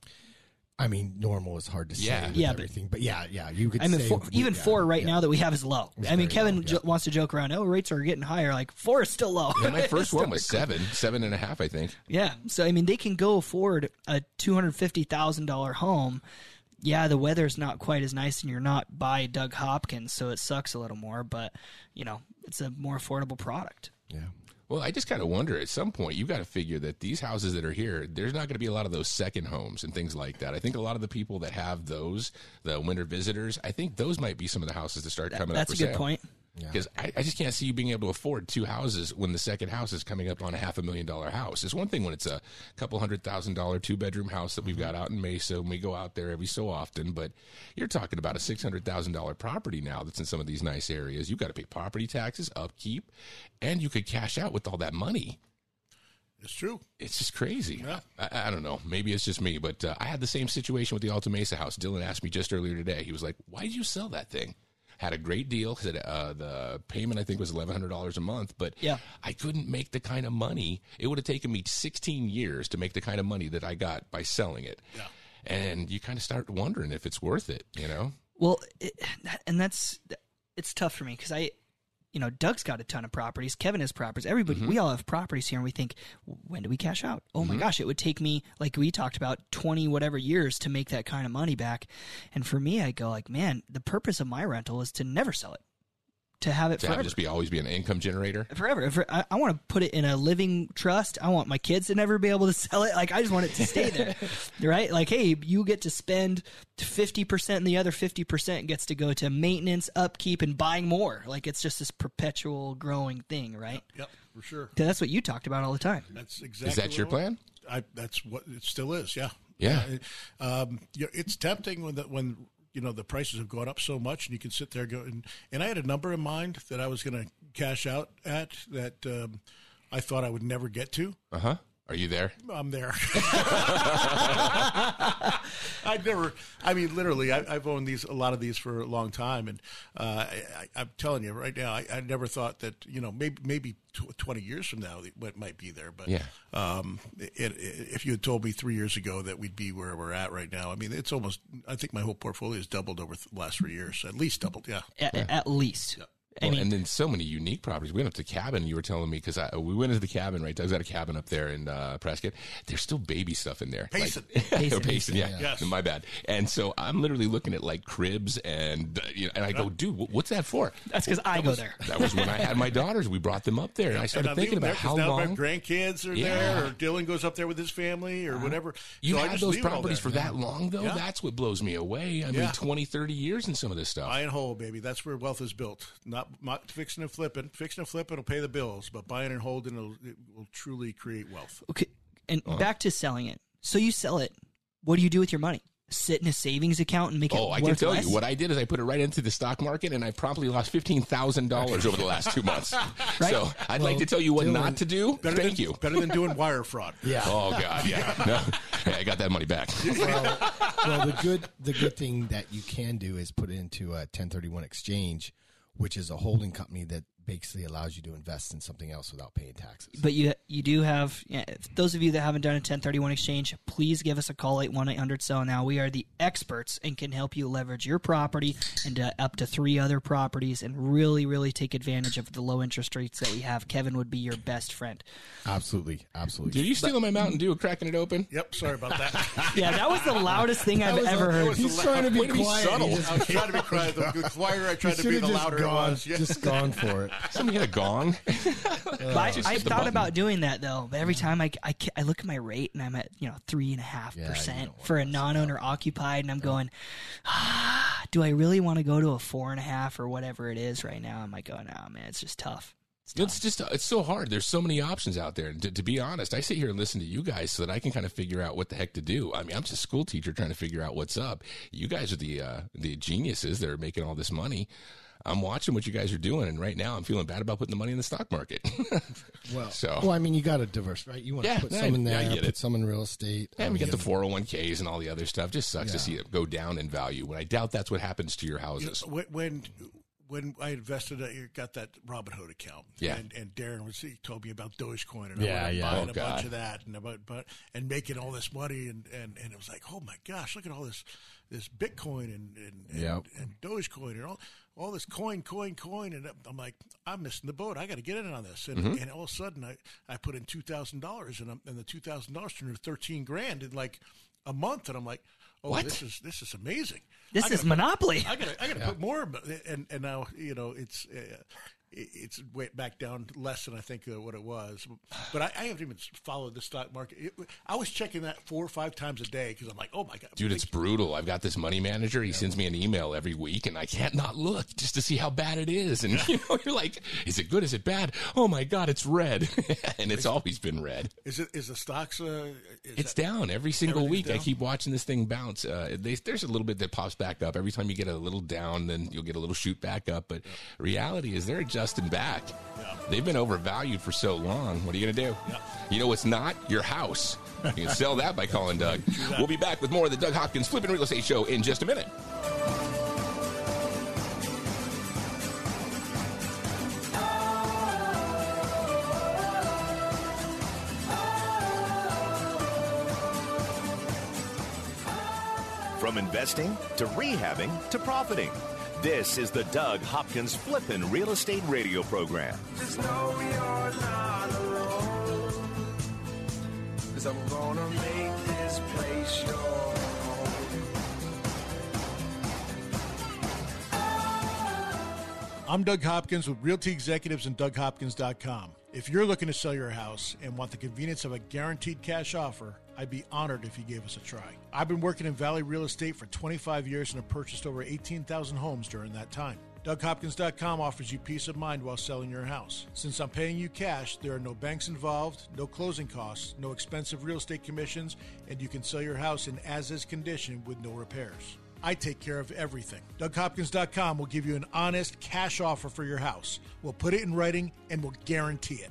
S4: I mean, normal is hard to say
S2: Yeah.
S4: with
S5: Yeah, but-
S4: everything, but, yeah, yeah, you could.
S5: I mean,
S4: say
S5: four,
S4: we-
S5: even
S4: yeah,
S5: four right
S4: yeah.
S5: now that we have is low. I
S4: very
S5: mean, Kevin
S4: low,
S5: jo- wants to joke around. Oh, rates are getting higher. Like four is still low.
S2: And my first one was seven, seven and a half, I think.
S5: Yeah. So I mean, they can go afford a two hundred fifty thousand dollar home. Yeah, the weather's not quite as nice, and you're not by Doug Hopkins, so it sucks a little more. But you know, it's a more affordable product.
S4: Yeah.
S2: Well, I just kind of wonder at some point, you got to figure that these houses that are here, there's not going to be a lot of those second homes and things like that. I think a lot of the people that have those, the winter visitors, I think those might be some of the houses that start coming up
S5: That's
S2: for
S5: a good
S2: sale.
S5: point.
S2: Because I, I just can't see you being able to afford two houses when the second house is coming up on a half a million dollar house. It's one thing when it's a couple hundred thousand dollar two bedroom house that we've got out in Mesa and we go out there every so often, but you're talking about a six hundred thousand dollar property now that's in some of these nice areas. You've got to pay property taxes, upkeep, and you could cash out with all that money.
S3: It's true.
S2: It's just crazy.
S3: Yeah.
S2: I, I don't know. Maybe it's just me, but uh, I had the same situation with the Alta Mesa house. Dylan asked me just earlier today. He was like, "Why did you sell that thing?" Had a great deal. Said uh, the payment I think was eleven hundred dollars a month, but
S5: Yeah.
S2: I couldn't make the kind of money. It would have taken me sixteen years to make the kind of money that I got by selling it.
S3: Yeah.
S2: And you kind of start wondering if it's worth it. You know?
S5: Well, it, that- and that's it's tough for me because I, you know, Doug's got a ton of properties. Kevin has properties. Everybody,
S2: Mm-hmm.
S5: we all have properties here, and we think, when do we cash out? Oh my gosh, it would take me like we talked about twenty whatever years to make that kind of money back. And for me, I go like, man, the purpose of my rental is to never sell it, to have it
S2: To
S5: forever
S2: have it just be always be an income generator.
S5: forever. For, I, I want to put it in a living trust. I want my kids to never be able to sell it. Like I just want it to stay there, right? Like, hey, you get to spend fifty percent, and the other fifty percent gets to go to maintenance, upkeep, and buying more. Like it's just this perpetual growing thing, right?
S3: Yep, for sure.
S5: 'Cause That's what you talked about all the time.
S3: That's exactly.
S2: Is that your
S3: what I want.
S2: plan?
S3: I, that's what it still is. Yeah.
S2: Yeah.
S3: Uh, Um, you know, it's tempting when the, when you know the prices have gone up so much, and you can sit there going. And I had a number in mind that I was going to cash out at that um, I thought I would never get to.
S2: Uh huh. Are you there?
S3: I'm there. I've never. I mean, literally, I, I've owned these a lot of these for a long time, and uh, I, I, I'm telling you right now, I, I never thought that you know maybe maybe tw- 20 years from now what might be there, but
S2: Yeah.
S3: Um, it, it, if you had told me three years ago that we'd be where we're at right now, I mean, it's almost. I think my whole portfolio has doubled over the last three years, at least doubled. Yeah.
S5: A- At least, I
S2: Well,
S5: mean,
S2: and then so many unique properties. We went up to cabin. You were telling me because we went into the cabin, right? Doug's got a cabin up there in uh, Prescott. There's still baby stuff in there.
S3: Payson.
S2: Payson.
S5: Payson.
S2: Payson. Yeah.
S3: Yes.
S2: My bad. And so I'm literally looking at like cribs and uh, you know, and I go, dude, wh- what's that for?
S5: that's because I go there.
S2: That was when I had my daughters. We brought them up there, and I started
S3: and I leave
S2: thinking
S3: them there
S2: about
S3: 'cause
S2: how
S3: now
S2: long.
S3: my grandkids are
S2: Yeah. Uh-huh.
S3: there, or Dylan goes up there with his family, or whatever.
S2: you
S3: So I
S2: had
S3: just
S2: those
S3: leave it all
S2: properties
S3: there.
S2: for that long, though.
S3: Yeah.
S2: That's what blows me away. I mean,
S3: Yeah.
S2: 20, 30 years in some of this stuff.
S3: Buy and hold, baby. That's where wealth is built. Not, not fixing and flipping. Fixing and flipping will pay the bills, but buying and holding will, it will truly create wealth.
S5: Okay, and
S2: Uh-huh.
S5: back to selling it. So you sell it. What do you do with your money? Sit in a savings account and make it.
S2: Oh, I can
S5: worth
S2: tell
S5: less?
S2: you what I did is I put it right into the stock market, and I promptly lost fifteen thousand dollars over the last two months. So I'd like to tell you what not to do.
S3: Better
S2: Thank
S3: than,
S2: you.
S3: Better than doing wire fraud.
S4: Yeah.
S2: Oh God, yeah. No. Hey, I got that money back.
S4: well, well, the good the good thing that you can do is put it into a 1031 exchange, which is a holding company that basically allows you to invest in something else without paying taxes.
S5: But you you do have yeah, if those of you that haven't done a 1031 exchange, please give us a call eight one eight hundred sell now. We are the experts and can help you leverage your property into up to three other properties and really really take advantage of the low interest rates that we have. Kevin would be your best friend.
S4: Absolutely, absolutely.
S2: Dude, you stealing my Mountain Dew, cracking it open?
S3: Yep, sorry about that.
S5: Yeah, that was the loudest thing I've
S4: was-
S5: ever
S4: that
S5: heard.
S4: was He's trying to be
S2: Way to be
S4: quiet.
S2: subtle.
S4: He just-
S3: I was trying to be quiet. The, the quieter I tried to
S4: Should've
S3: be, the
S4: just
S3: louder it
S4: gone,
S3: was. Yeah.
S4: Just gone for it.
S2: Somebody had a gong.
S5: But I, I
S2: hit the
S5: thought
S2: button.
S5: about doing that though, but every time I, I, ca- I look at my rate and I'm at you know three and a half
S4: Yeah, you don't
S5: percent
S4: wanna
S5: for a non-owner occupied, and I'm going, ah, do I really want to go to a four and a half or whatever it is right now? I'm like, oh no, man, it's just tough. It's tough.
S2: It's just it's so hard. There's so many options out there. To, to be honest, I sit here and listen to you guys so that I can kind of figure out what the heck to do. I mean, I'm just a school teacher trying to figure out what's up. You guys are the uh, the geniuses that are making all this money. I'm watching what you guys are doing, and right now I'm feeling bad about putting the money in the stock market.
S4: Well,
S2: So-
S4: well, I mean, you got to diversify. Right? You want to
S2: Oh. Yeah,
S4: put
S2: I-
S4: some in
S2: yeah, I
S4: there,
S2: get
S4: put
S2: it.
S4: some in real estate. Um,
S2: Yeah, and we
S4: I
S2: got the
S4: mean,
S2: 401ks and all the other stuff. Just sucks to see it go down in value. When I doubt that's what happens to your houses.
S3: When when, when I invested, I got that Robinhood account.
S2: Yeah.
S3: And, and Darren was he told me about Dogecoin and
S4: Yeah,
S3: I
S4: yeah.
S3: buying
S2: Oh,
S3: a
S2: God.
S3: bunch of that and about but and making all this money and, and, and it was like oh my gosh look at all this this Bitcoin and and, and,
S4: Yep.
S3: and Dogecoin and all all this coin coin coin and I'm like I'm missing the boat I got to get in on this and, and all of a sudden I, I put in two thousand dollars and I'm, and the two thousand dollars turned into thirteen grand in like a month and I'm like oh
S2: What?
S3: this is this is amazing I
S5: this is
S3: gotta-
S5: monopoly.
S3: I gotta, I gotta put more. but- And and now you know it's uh, it- it's way back down less than I think uh, what it was. But I, I haven't even followed the stock market. It, I was checking that four or five times a day because I'm like, oh my god,
S2: Dude, it's brutal. I've got this money manager. He sends me an email every week, and I can't not look just to see how bad it is. And you know, you're like, is it good? Is it bad? Oh my god, it's red, and it's always been red.
S3: is it is the stocks? Uh, is
S2: It's
S3: that-
S2: down every single week.
S3: everything's
S2: I
S3: down?
S2: keep watching this thing bounce. Uh, they, there's a little bit that pops back up every time you get a little down, then you'll get a little shoot back up. But reality is they're adjusting back. They've been overvalued for so long. What are you going to do? You know what's not your house. You can sell that by calling Doug. We'll be back with more of the Doug Hopkins Flipping Real Estate Show in just a minute.
S1: From investing to rehabbing to profiting. This is the Doug Hopkins Flippin' Real Estate Radio Program.
S6: Just know you're not alone. Cause I'm gonna make this place your home.
S3: I'm Doug Hopkins with Realty Executives and DougHopkins.com. If you're looking to sell your house and want the convenience of a guaranteed cash offer, I'd be honored if you gave us a try. I've been working in Valley real estate for 25 years and have purchased over 18,000 homes during that time. DougHopkins.com offers you peace of mind while selling your house. Since I'm paying you cash, there are no banks involved, no closing costs, no expensive real estate commissions, and you can sell your house in as is condition with no repairs. I take care of everything. DougHopkins.com will give you an honest cash offer for your house. We'll put it in writing and we'll guarantee it.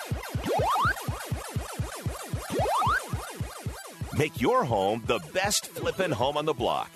S1: Make your home the best flippin' home on the block.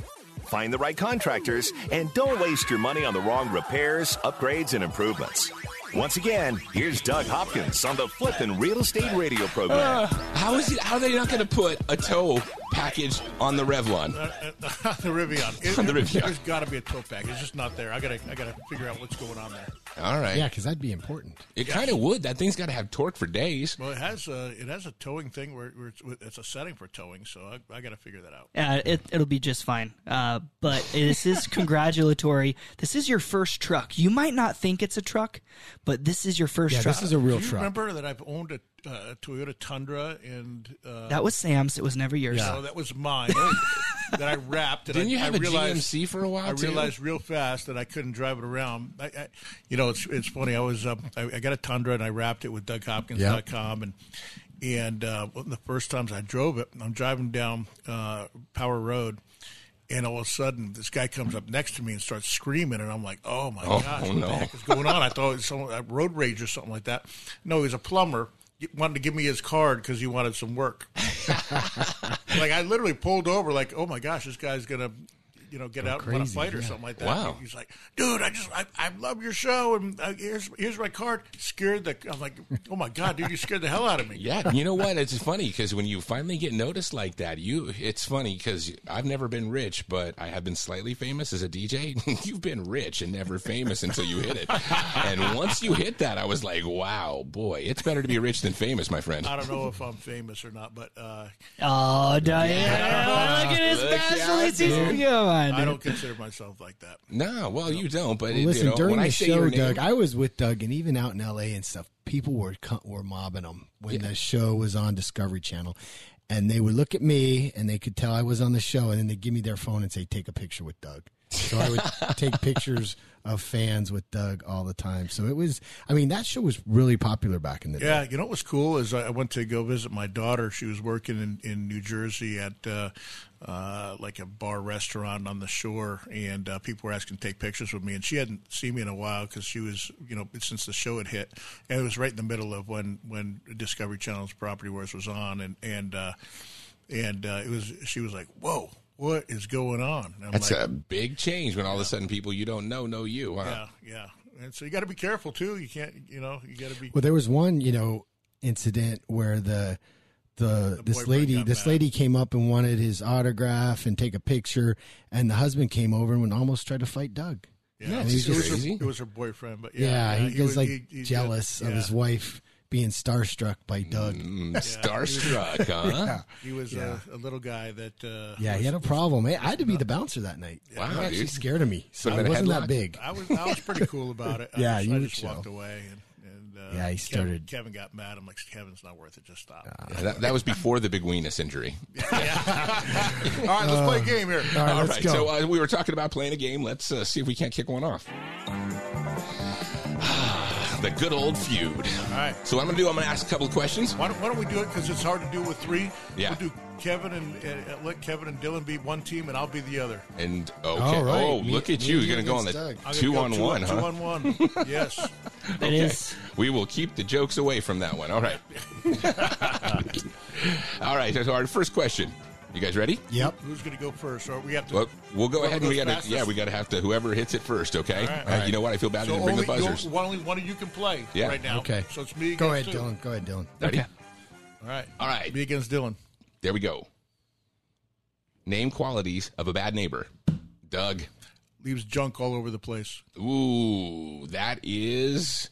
S1: Find the right contractors and don't waste your money on the wrong repairs, upgrades, and improvements. Once again, here's Doug Hopkins on the Flippin' Real Estate Radio Program.
S2: How is it? How are they not going to put a tow package on the Revlon?
S3: Uh, the Rivian.
S2: On the Rivian.
S3: There's got to be a tilt pack. It's just not there. I gotta, I gotta figure out what's going on there.
S2: All right,
S4: yeah, because that'd be important.
S2: it kind of would. That thing's got to have torque for days.
S3: Well, it has a, it has a towing thing where, where it's, it's a setting for towing. So I, I gotta figure that out.
S5: Uh, it, it'll be just fine. Uh, but this is congratulatory. This is your first truck. You might not think it's a truck, but this is your first
S4: Yeah,
S5: truck.
S4: this is a real
S3: Do you
S4: truck.
S3: remember that I've owned a, uh, Toyota Tundra, and uh,
S5: That was Sam's. It was never yours.
S3: no, that was mine that I wrapped. And
S2: Didn't
S3: I,
S2: you have
S3: I
S2: a
S3: realized,
S2: GMC for a while?
S3: I
S2: too?
S3: realized real fast that I couldn't drive it around. I, I, you know, it's it's funny. I was um, I, I got a Tundra and I wrapped it with DougHopkins.com and and uh, one of the first times I drove it, I'm driving down uh, Power Road. And all of a sudden, this guy comes up next to me and starts screaming, and I'm like, "Oh my
S2: Oh,
S3: gosh, what
S2: no.
S3: the heck is going on?" I thought it was some a road rage or something like that. No, he was a plumber. He wanted to give me his card because he wanted some work like I literally pulled over, like, oh my gosh, this guy's gonna, you know, get out and want to
S4: crazy,
S3: fight or
S4: yeah.
S3: something like that.
S2: Wow.
S3: He's like, dude, I just, I, I love your show, and uh, here's, here's my card. Scared the, I'm like, oh my god, dude, you scared the hell out of me.
S2: Yeah, you know what? It's funny because when you finally get noticed like that, you it's funny because I've never been rich, but I have been slightly famous as a DJ. You've been rich and never famous until you hit it, and once you hit that, I was like, wow, boy, it's better to be rich than famous, my friend.
S3: I don't know if I'm famous or not, but uh,
S5: Oh, Diane. Look at his
S2: Look out,
S5: specialties.
S2: dude.
S5: Come on,
S3: I
S5: dude.
S3: don't consider myself like that.
S2: No, well, you don't. But
S4: Well,
S2: it,
S4: listen,
S2: you know,
S4: during
S2: when I
S4: the
S2: say
S4: show,
S2: your name,
S4: Doug, I was with Doug, and even out in L.A. and stuff, people were co- were mobbing him when the show was on Discovery Channel, and they would look at me and they could tell I was on the show, and then they give me their phone and say, "Take a picture with Doug." So I would take pictures of fans with Doug all the time. So it was, I mean, that show was really popular back in the day.
S3: Yeah, you know what was cool is I I went to go visit my daughter. She was working in, in New Jersey at uh, uh, like a bar restaurant on the shore, and uh, people were asking to take pictures with me. And she hadn't seen me in a while because she was, you know, since the show had hit, and it was right in the middle of when when Discovery Channel's Property Wars was on, and and uh, and uh, it was she was like, "Whoa, what is going on?" And I'm
S2: that's
S3: like,
S2: a big change when all of a sudden people you don't know know you. Huh?
S3: yeah, yeah. And so you got to be careful too. You can't, you know, you got to be.
S4: Well, there was one, you know, incident where the the, this
S3: boyfriend
S4: lady
S3: got
S4: this
S3: mad.
S4: lady came up and wanted his autograph and take a picture, and the husband came over and would almost try to fight Doug.
S2: Yeah,
S4: And he
S2: it's
S4: was
S2: just
S4: just-
S2: crazy.
S3: It was her boyfriend, but yeah,
S4: Yeah,
S3: yeah,
S4: he was, like
S3: he- he-
S4: jealous of
S3: yeah.
S4: his wife being starstruck by Doug.
S2: Mm, starstruck, huh?
S3: He was a, a little guy that. Uh,
S4: Yeah, he had a problem. Hey, I had to be the bouncer that night.
S2: Wow,
S4: he actually
S2: dude.
S4: scared of me. So
S2: Put him
S4: it
S2: in a
S4: wasn't
S2: headlock?
S4: that big.
S3: I was I was pretty cool about it. I
S4: Yeah,
S3: just,
S4: you
S3: I
S4: would
S3: just walked
S4: show.
S3: away and. and uh,
S4: Yeah,
S3: Kevin-
S4: he started- Ah.
S3: Kevin, got mad. I'm like, Kevin's not worth it. Just stop.
S2: Yeah, that, that was before the big weenus injury.
S3: All right, let's play a game here.
S4: All right,
S2: All
S4: let's
S2: right,
S4: go.
S2: so uh, we were talking about playing a game. Let's uh, see if we can't kick one off. the good old feud. All
S3: right.
S2: So what I'm going to do, I'm going to ask a couple of questions.
S3: Why don't, why don't we do it? Because it's hard to do with three.
S2: Yeah.
S3: We'll do Kevin and uh, let Kevin and Dylan be one team, and I'll be the other.
S2: And okay,
S4: All right.
S2: oh
S4: Me-
S2: look at
S4: me
S2: you! You're going to go on the
S4: against Doug.
S3: I'm gonna
S2: two
S3: go
S2: on one,
S3: two
S2: huh?
S3: on one. yes.
S5: That
S2: Okay.
S5: is-
S2: We will keep the jokes away from that one. All right. All right. So our first question. You guys ready?
S4: Yep.
S3: Who's going to go first? Or we have to.
S2: Well, we'll go
S3: Whoever
S2: ahead and we
S3: goes
S2: got to.
S3: fastest.
S2: Yeah, we got to have to. Whoever hits it first, okay?
S3: All right.
S2: Uh, You know what? I feel bad. I
S3: So
S2: didn't bring
S3: only,
S2: the buzzers.
S3: you- well, only one of you can play
S2: Yeah.
S3: right now.
S4: Okay.
S3: So it's me.
S4: Go ahead,
S3: against two.
S4: Dylan. Go ahead, Dylan.
S2: Ready?
S5: Okay.
S3: All right.
S2: All right.
S3: Me against Dylan.
S2: There we go. Name qualities of a bad neighbor. Doug.
S3: Leaves junk all over the place.
S2: Ooh, that is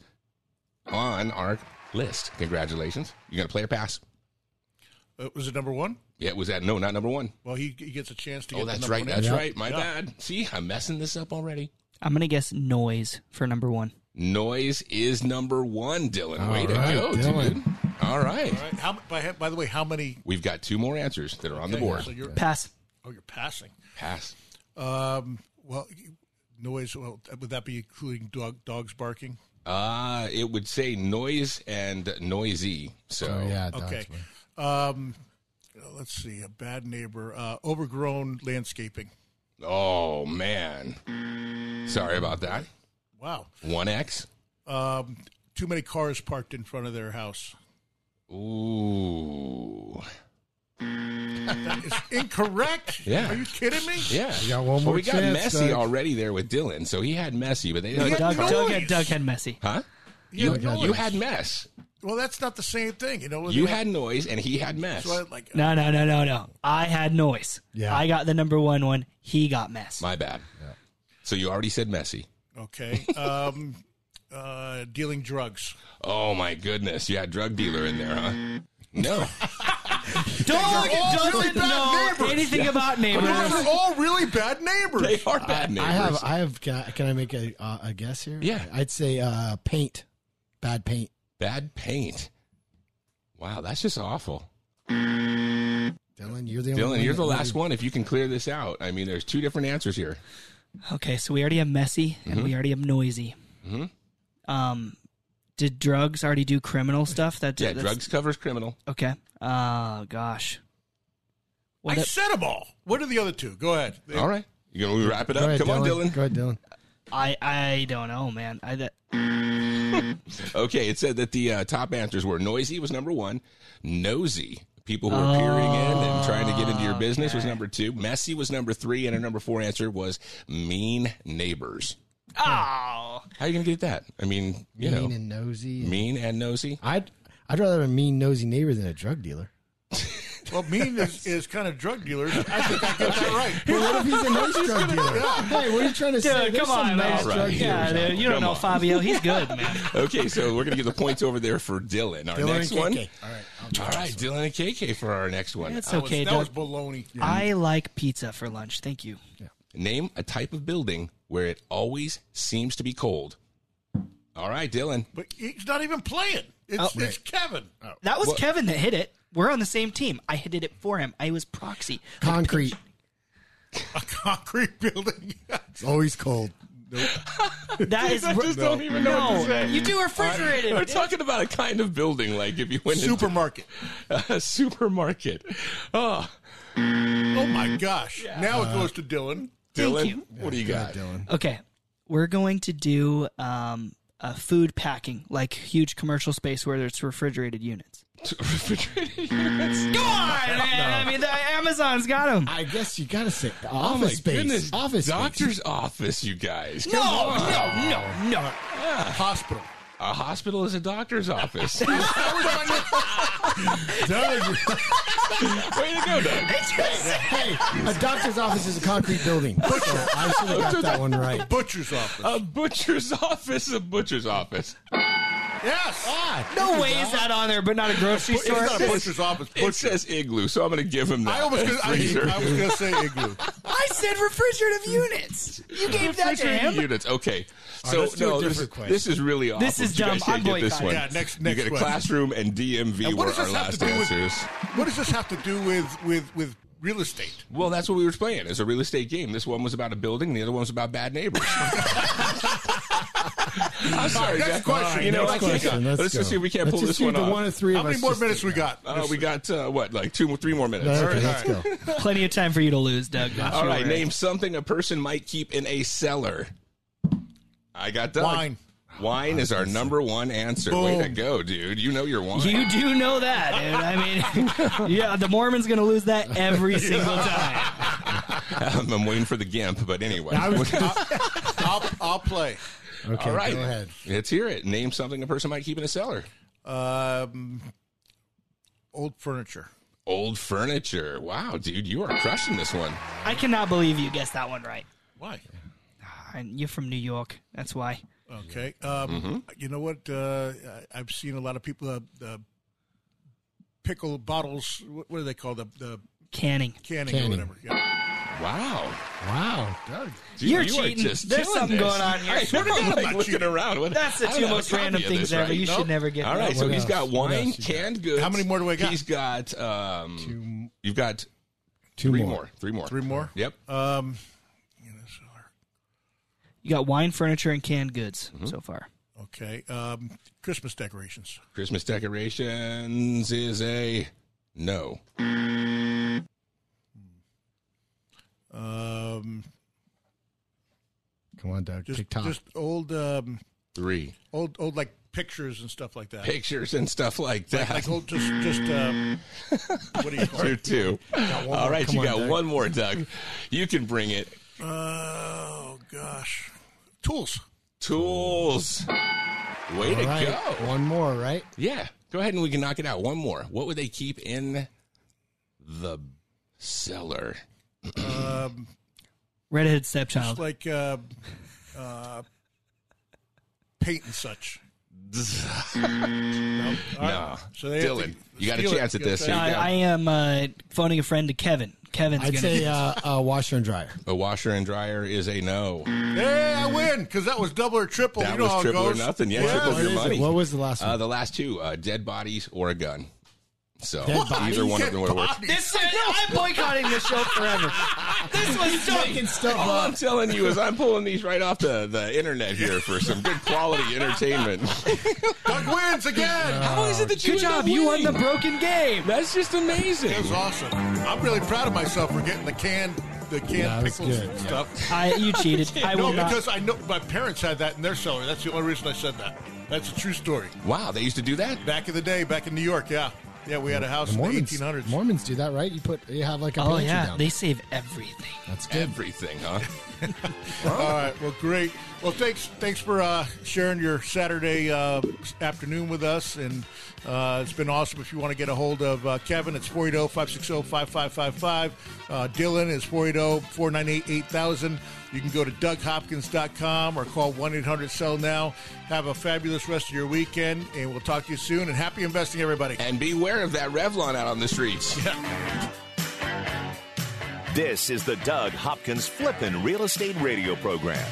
S2: on our list. Congratulations. You going to play or pass?
S3: Uh, was it number one?
S2: Yeah, it was that no, not number one.
S3: Well, he, he gets a chance to get
S2: Oh,
S3: the
S2: that's
S3: number
S2: right.
S3: one
S2: That's
S3: answer.
S2: right. My
S3: Yeah.
S2: bad. See, I'm messing this up already.
S5: I'm going to guess noise for number one.
S2: Noise is number one, Dylan.
S4: All
S2: Way to
S4: right,
S2: go,
S4: Dylan.
S2: dude. All right.
S3: All right. How, by, by the way, how many?
S2: We've got two more answers that are on the
S3: Okay,
S2: board.
S3: So you're,
S5: Pass.
S3: oh, you're passing.
S2: Pass.
S3: Um, well, noise. Well, would that be including dog, dogs barking?
S2: Uh, it would say noise and noisy. So,
S4: Oh, yeah. Dogs,
S3: Okay.
S4: man.
S3: Um, let's see. A bad neighbor. Uh, overgrown landscaping.
S2: oh man. Sorry about that.
S3: Wow.
S2: One X.
S3: Um, too many cars parked in front of their house.
S2: Ooh.
S3: That is incorrect.
S2: Yeah.
S3: Are you kidding me?
S2: Yeah.
S4: You got one
S2: Well,
S4: more
S2: we got
S4: chance,
S2: messy
S4: Doug.
S2: already there with Dylan, so he had messy, but they
S3: had
S5: Doug,
S3: noise.
S5: Doug, had, Doug had messy.
S2: huh?
S3: You
S2: You,
S3: had
S2: you
S3: noise.
S2: had mess.
S3: Well, that's not the same thing. You know.
S2: You had noise, and he had mess.
S3: So I, like.
S5: No, no, no, no, no. I had noise.
S4: Yeah.
S5: I got the number one one. He got mess.
S2: My bad. So you already said messy.
S3: Okay. Um, uh, dealing drugs.
S2: Oh my goodness, you had drug dealer in there, huh? No.
S5: Doug doesn't know
S3: neighbors.
S5: anything about
S3: Those
S5: neighbors.
S3: are all really bad neighbors.
S2: they are bad neighbors.
S4: I have, I have, can I, can I make a, uh, a guess here?
S2: Yeah.
S4: I'd say uh, paint, bad paint.
S2: bad paint. Wow, that's just awful.
S4: Dylan, you're the only one
S2: Dylan, you're
S4: that
S2: the last
S4: really-
S2: one. If you can clear this out, I mean, there's two different answers here.
S5: Okay, so we already have messy and we already have noisy. Mm-hmm. Um, did drugs already do criminal stuff? That
S2: Yeah,
S5: that's-
S2: drugs covers criminal.
S5: Okay. Oh gosh. What
S3: I
S5: if-
S3: said them all. What are the other two? Go ahead.
S2: All right, you're gonna wrap it
S4: Go
S2: up.
S4: ahead,
S2: Come on, Dylan.
S4: Go ahead, Dylan.
S5: I I don't know, man. I that,
S2: Okay, it said that the uh, top answers were noisy was number one, nosy people who were peering in and trying to get into
S4: Ah,
S2: your business was number two, messy was number three, and our number four answer was mean neighbors.
S5: oh
S2: How are you gonna get that? I mean, you
S4: mean
S2: know,
S4: and nosy. and-
S2: mean and nosy.
S4: I'd I'd rather have a mean nosy neighbor than a drug dealer.
S3: Well, mean is, is kind of drug dealers. I think I get that right.
S4: But what if he's a nice drug dealer? Hey, what are you trying to say?
S5: dude,
S4: There's
S5: come
S4: some
S5: on,
S4: nice
S5: man.
S2: All
S4: drug
S2: right,
S4: dealers
S5: yeah,
S4: out there.
S5: dude, you don't
S2: Come
S5: know
S2: on.
S5: Fabio. He's good, man.
S2: Okay, so we're gonna give the points over there for Dylan. Our
S4: Dylan
S2: next
S4: and
S2: one.
S4: KK. All right. I'll do
S2: All
S4: it.
S2: right, Dylan and KK for our next one.
S5: That's
S2: Uh,
S5: okay,
S3: that was
S5: Doug.
S3: baloney.
S5: I like pizza for lunch. Thank you.
S2: Name a type of building where it always seems to be cold. All right, Dylan.
S3: But he's not even playing. It's,
S5: Oh.
S3: it's Kevin.
S5: That was Kevin that hit it. We're on the same team. I hit it for him. I was proxy.
S4: Concrete.
S3: A concrete building.
S4: It's always cold.
S5: That is
S2: I just don't even know
S5: no.
S2: what to say.
S5: You do refrigerated.
S2: We're talking about a kind of building, like if you went
S3: Supermarket.
S2: into a supermarket. Oh,
S3: Oh my gosh. Now it
S2: Uh-huh.
S3: goes to Dylan.
S5: Thank
S2: Dylan,
S5: you.
S2: what do you got?
S4: Dylan.
S5: Okay, we're going to do um, a food packing, like huge commercial space where there's refrigerated units.
S2: Refrigerated units.
S5: Come on, man! I mean, the, Amazon's got them.
S4: I guess you gotta say office
S2: Oh my
S4: space.
S2: goodness!
S4: Office space.
S2: doctor's office, you guys.
S5: No, no, no, no.
S3: Hospital.
S2: A hospital is a doctor's office. Way
S4: Doug.
S2: to go, Doug.
S4: hey, a doctor's office is a concrete building. So I should have got that one right.
S3: Butcher's office.
S2: A butcher's office, a butcher's office.
S3: yes.
S5: No way is that on there, but not a grocery
S3: It's
S5: store.
S3: not a butcher's office.
S2: It
S3: Butcher.
S2: says igloo, so I'm going to give him that.
S3: I almost
S2: That's
S3: I,
S2: freezer.
S3: I was going to say igloo.
S5: I said refrigerated units. You gave that to
S2: Refrigerated
S5: him.
S2: units. Okay,
S4: right,
S2: so
S4: let's do a
S2: no, this,
S4: different question.
S2: this is really awful.
S5: This is
S2: You guys
S5: dumb.
S2: can't
S5: I'm
S2: get this
S5: boycotting.
S2: one.
S3: Yeah, next-
S2: you
S3: next
S2: get a
S3: question.
S2: classroom and DMV
S3: And
S2: were
S3: what does
S2: our
S3: this have to
S2: last
S3: do
S2: answers.
S3: with? What does this have to do with with with real estate?
S2: Well, that's what we were playing. It's a real estate game. This one was about a building, the other one was about bad neighbors. I'm sorry,
S3: Next
S2: Jack.
S3: question.
S2: You know,
S3: Next
S2: I can't-
S3: question.
S2: Let's,
S4: Let's
S2: just
S4: go.
S2: see if we can't
S4: Let's
S2: pull
S4: just
S2: this
S4: see
S2: one
S4: if the
S2: off.
S4: one of three
S3: How
S4: of
S3: many
S4: us
S3: more
S4: just-
S3: minutes we got?
S2: Uh, we got uh, what, like two more, three more minutes.
S4: Okay, let's go.
S5: Plenty of time for you to lose, Doug. Gosh,
S2: All
S5: you
S2: right,
S5: were-
S2: name something a person might keep in a cellar. I got Doug.
S3: Wine.
S2: Wine is our number one answer. Way to
S3: Boom.
S2: go, dude. You know your wine.
S5: You do know that, dude. I mean, yeah, the Mormon's gonna lose that every single time.
S2: Um, I'm waiting for the GIMP, but anyway.
S4: I was gonna-
S3: I'll, I'll play.
S4: okay,
S2: All right.
S4: go ahead.
S2: Let's hear it. Name something a person might keep in a cellar.
S3: Um, old furniture.
S2: Old furniture. Wow, dude, you are crushing this one.
S5: I cannot believe you guessed that one right.
S3: Why?
S5: And you're from New York, that's why.
S3: Okay.
S2: Mm-hmm.
S3: Um, You know what? Uh, I, I've seen a lot of people uh, uh, pickle bottles. What, what do they call the the
S5: Canning.
S3: canning,
S4: Canning.
S3: or whatever? Yeah.
S2: Wow.
S4: Wow, Doug.
S2: Dude,
S5: You're
S2: you are
S5: cheating.
S2: just
S5: There's
S2: killing
S5: something
S2: this.
S5: going on here.
S2: I
S5: I swear to
S2: know,
S5: God,
S2: I'm
S5: I'm
S2: like
S3: not
S2: looking
S3: cheating.
S2: around. What-
S5: That's the
S2: I
S5: two
S2: don't have a
S5: most
S2: copy
S5: random
S2: of
S5: things
S2: this,
S5: ever.
S2: right?
S5: You should never get
S2: All
S5: that.
S2: right, so
S4: What
S2: he's
S4: else?
S2: got
S4: What
S2: wine,
S4: else you got?
S2: canned goods.
S3: How many more do I got?
S2: He's got um,
S4: Two-
S2: You've got
S4: Two
S2: three
S4: more.
S2: more. Three more.
S3: Three more?
S2: Yep.
S3: Um, you know, so-
S5: You got wine, furniture, and canned goods so far.
S3: okay. Um, Christmas decorations.
S2: Christmas decorations is a no.
S3: Um,
S4: Come on, Doug.
S3: just
S4: TikTok.
S3: just old um,
S2: Three
S3: old old like pictures and stuff like that.
S2: pictures and stuff like that.
S3: Like oh, old just just um, what do you call
S2: Two,
S3: it?
S2: two.
S4: one
S2: All
S4: more.
S2: right,
S4: Come
S2: you
S4: on,
S2: got
S4: Doug.
S2: one more, Doug. You can bring it.
S3: Oh gosh, tools.
S2: Tools. Way
S4: All
S2: to
S4: right,
S2: go.
S4: One more, right?
S2: Yeah. Go ahead and we can knock it out. One more. What would they keep in the cellar?
S3: Um,
S5: Redheaded
S3: just
S5: stepchild.
S3: like uh, uh, paint and such. No, All
S2: No.
S3: So they have
S2: Dylan,
S3: to
S2: you got a
S3: steal it.
S2: chance at
S3: You
S2: this.
S3: gotta
S2: Here
S5: No,
S2: you
S5: I,
S2: go.
S5: I am uh, phoning a friend to Kevin. Kevin's
S4: I'd
S5: gonna.
S4: say uh, uh, washer and dryer.
S2: A washer and dryer is a no.
S3: Hey, I win because that was double or triple.
S2: That
S3: you know
S2: was
S3: how it
S2: triple or
S3: goes.
S2: nothing. Yeah,
S3: Yes.
S2: triple
S4: What
S2: your Uh,
S4: is it?
S2: money.
S4: What was the last one?
S2: Uh, the last two uh, dead bodies or a gun. So
S4: Dead body.
S2: either one of them would have worked.
S5: This is, I'm boycotting this show forever. this was dumb.
S4: stuff
S2: All I'm
S4: up.
S2: telling you is I'm pulling these right off the, the internet here for some good quality entertainment.
S3: Doug wins again.
S2: How is it that you
S5: Good job. You won the broken game.
S2: That's just amazing.
S3: That was awesome. I'm really proud of myself for getting the canned the canned
S4: Yeah, that was
S3: pickles
S4: good, yeah.
S3: stuff.
S5: I, you cheated. I
S3: No,
S5: will not.
S3: because I know my parents had that in their cellar. That's the only reason I said that. That's a true story.
S2: Wow, they used to do that?
S3: Back in the day, back in New York, yeah, yeah, we had a house in the
S4: Mormons,
S3: 1800s.
S4: Mormons do that, right? You put you have like a
S5: Oh
S4: pantry
S5: yeah,
S4: down.
S5: they save everything.
S4: That's good.
S2: Everything, huh?
S3: All right, well, great. Well, thanks, thanks for uh, sharing your Saturday uh, afternoon with us, and uh, it's been awesome. If you want to get a hold of uh, Kevin, it's oh, 480-560-5555. Uh, Dylan is oh, 480-498-8000. You can go to DougHopkins.com or call 1-800-SELL-NOW. Have a fabulous rest of your weekend, and we'll talk to you soon. And happy investing, everybody.
S2: and beware of that Revlon out on the streets.
S1: This is the Doug Hopkins Flippin' Real Estate Radio Program.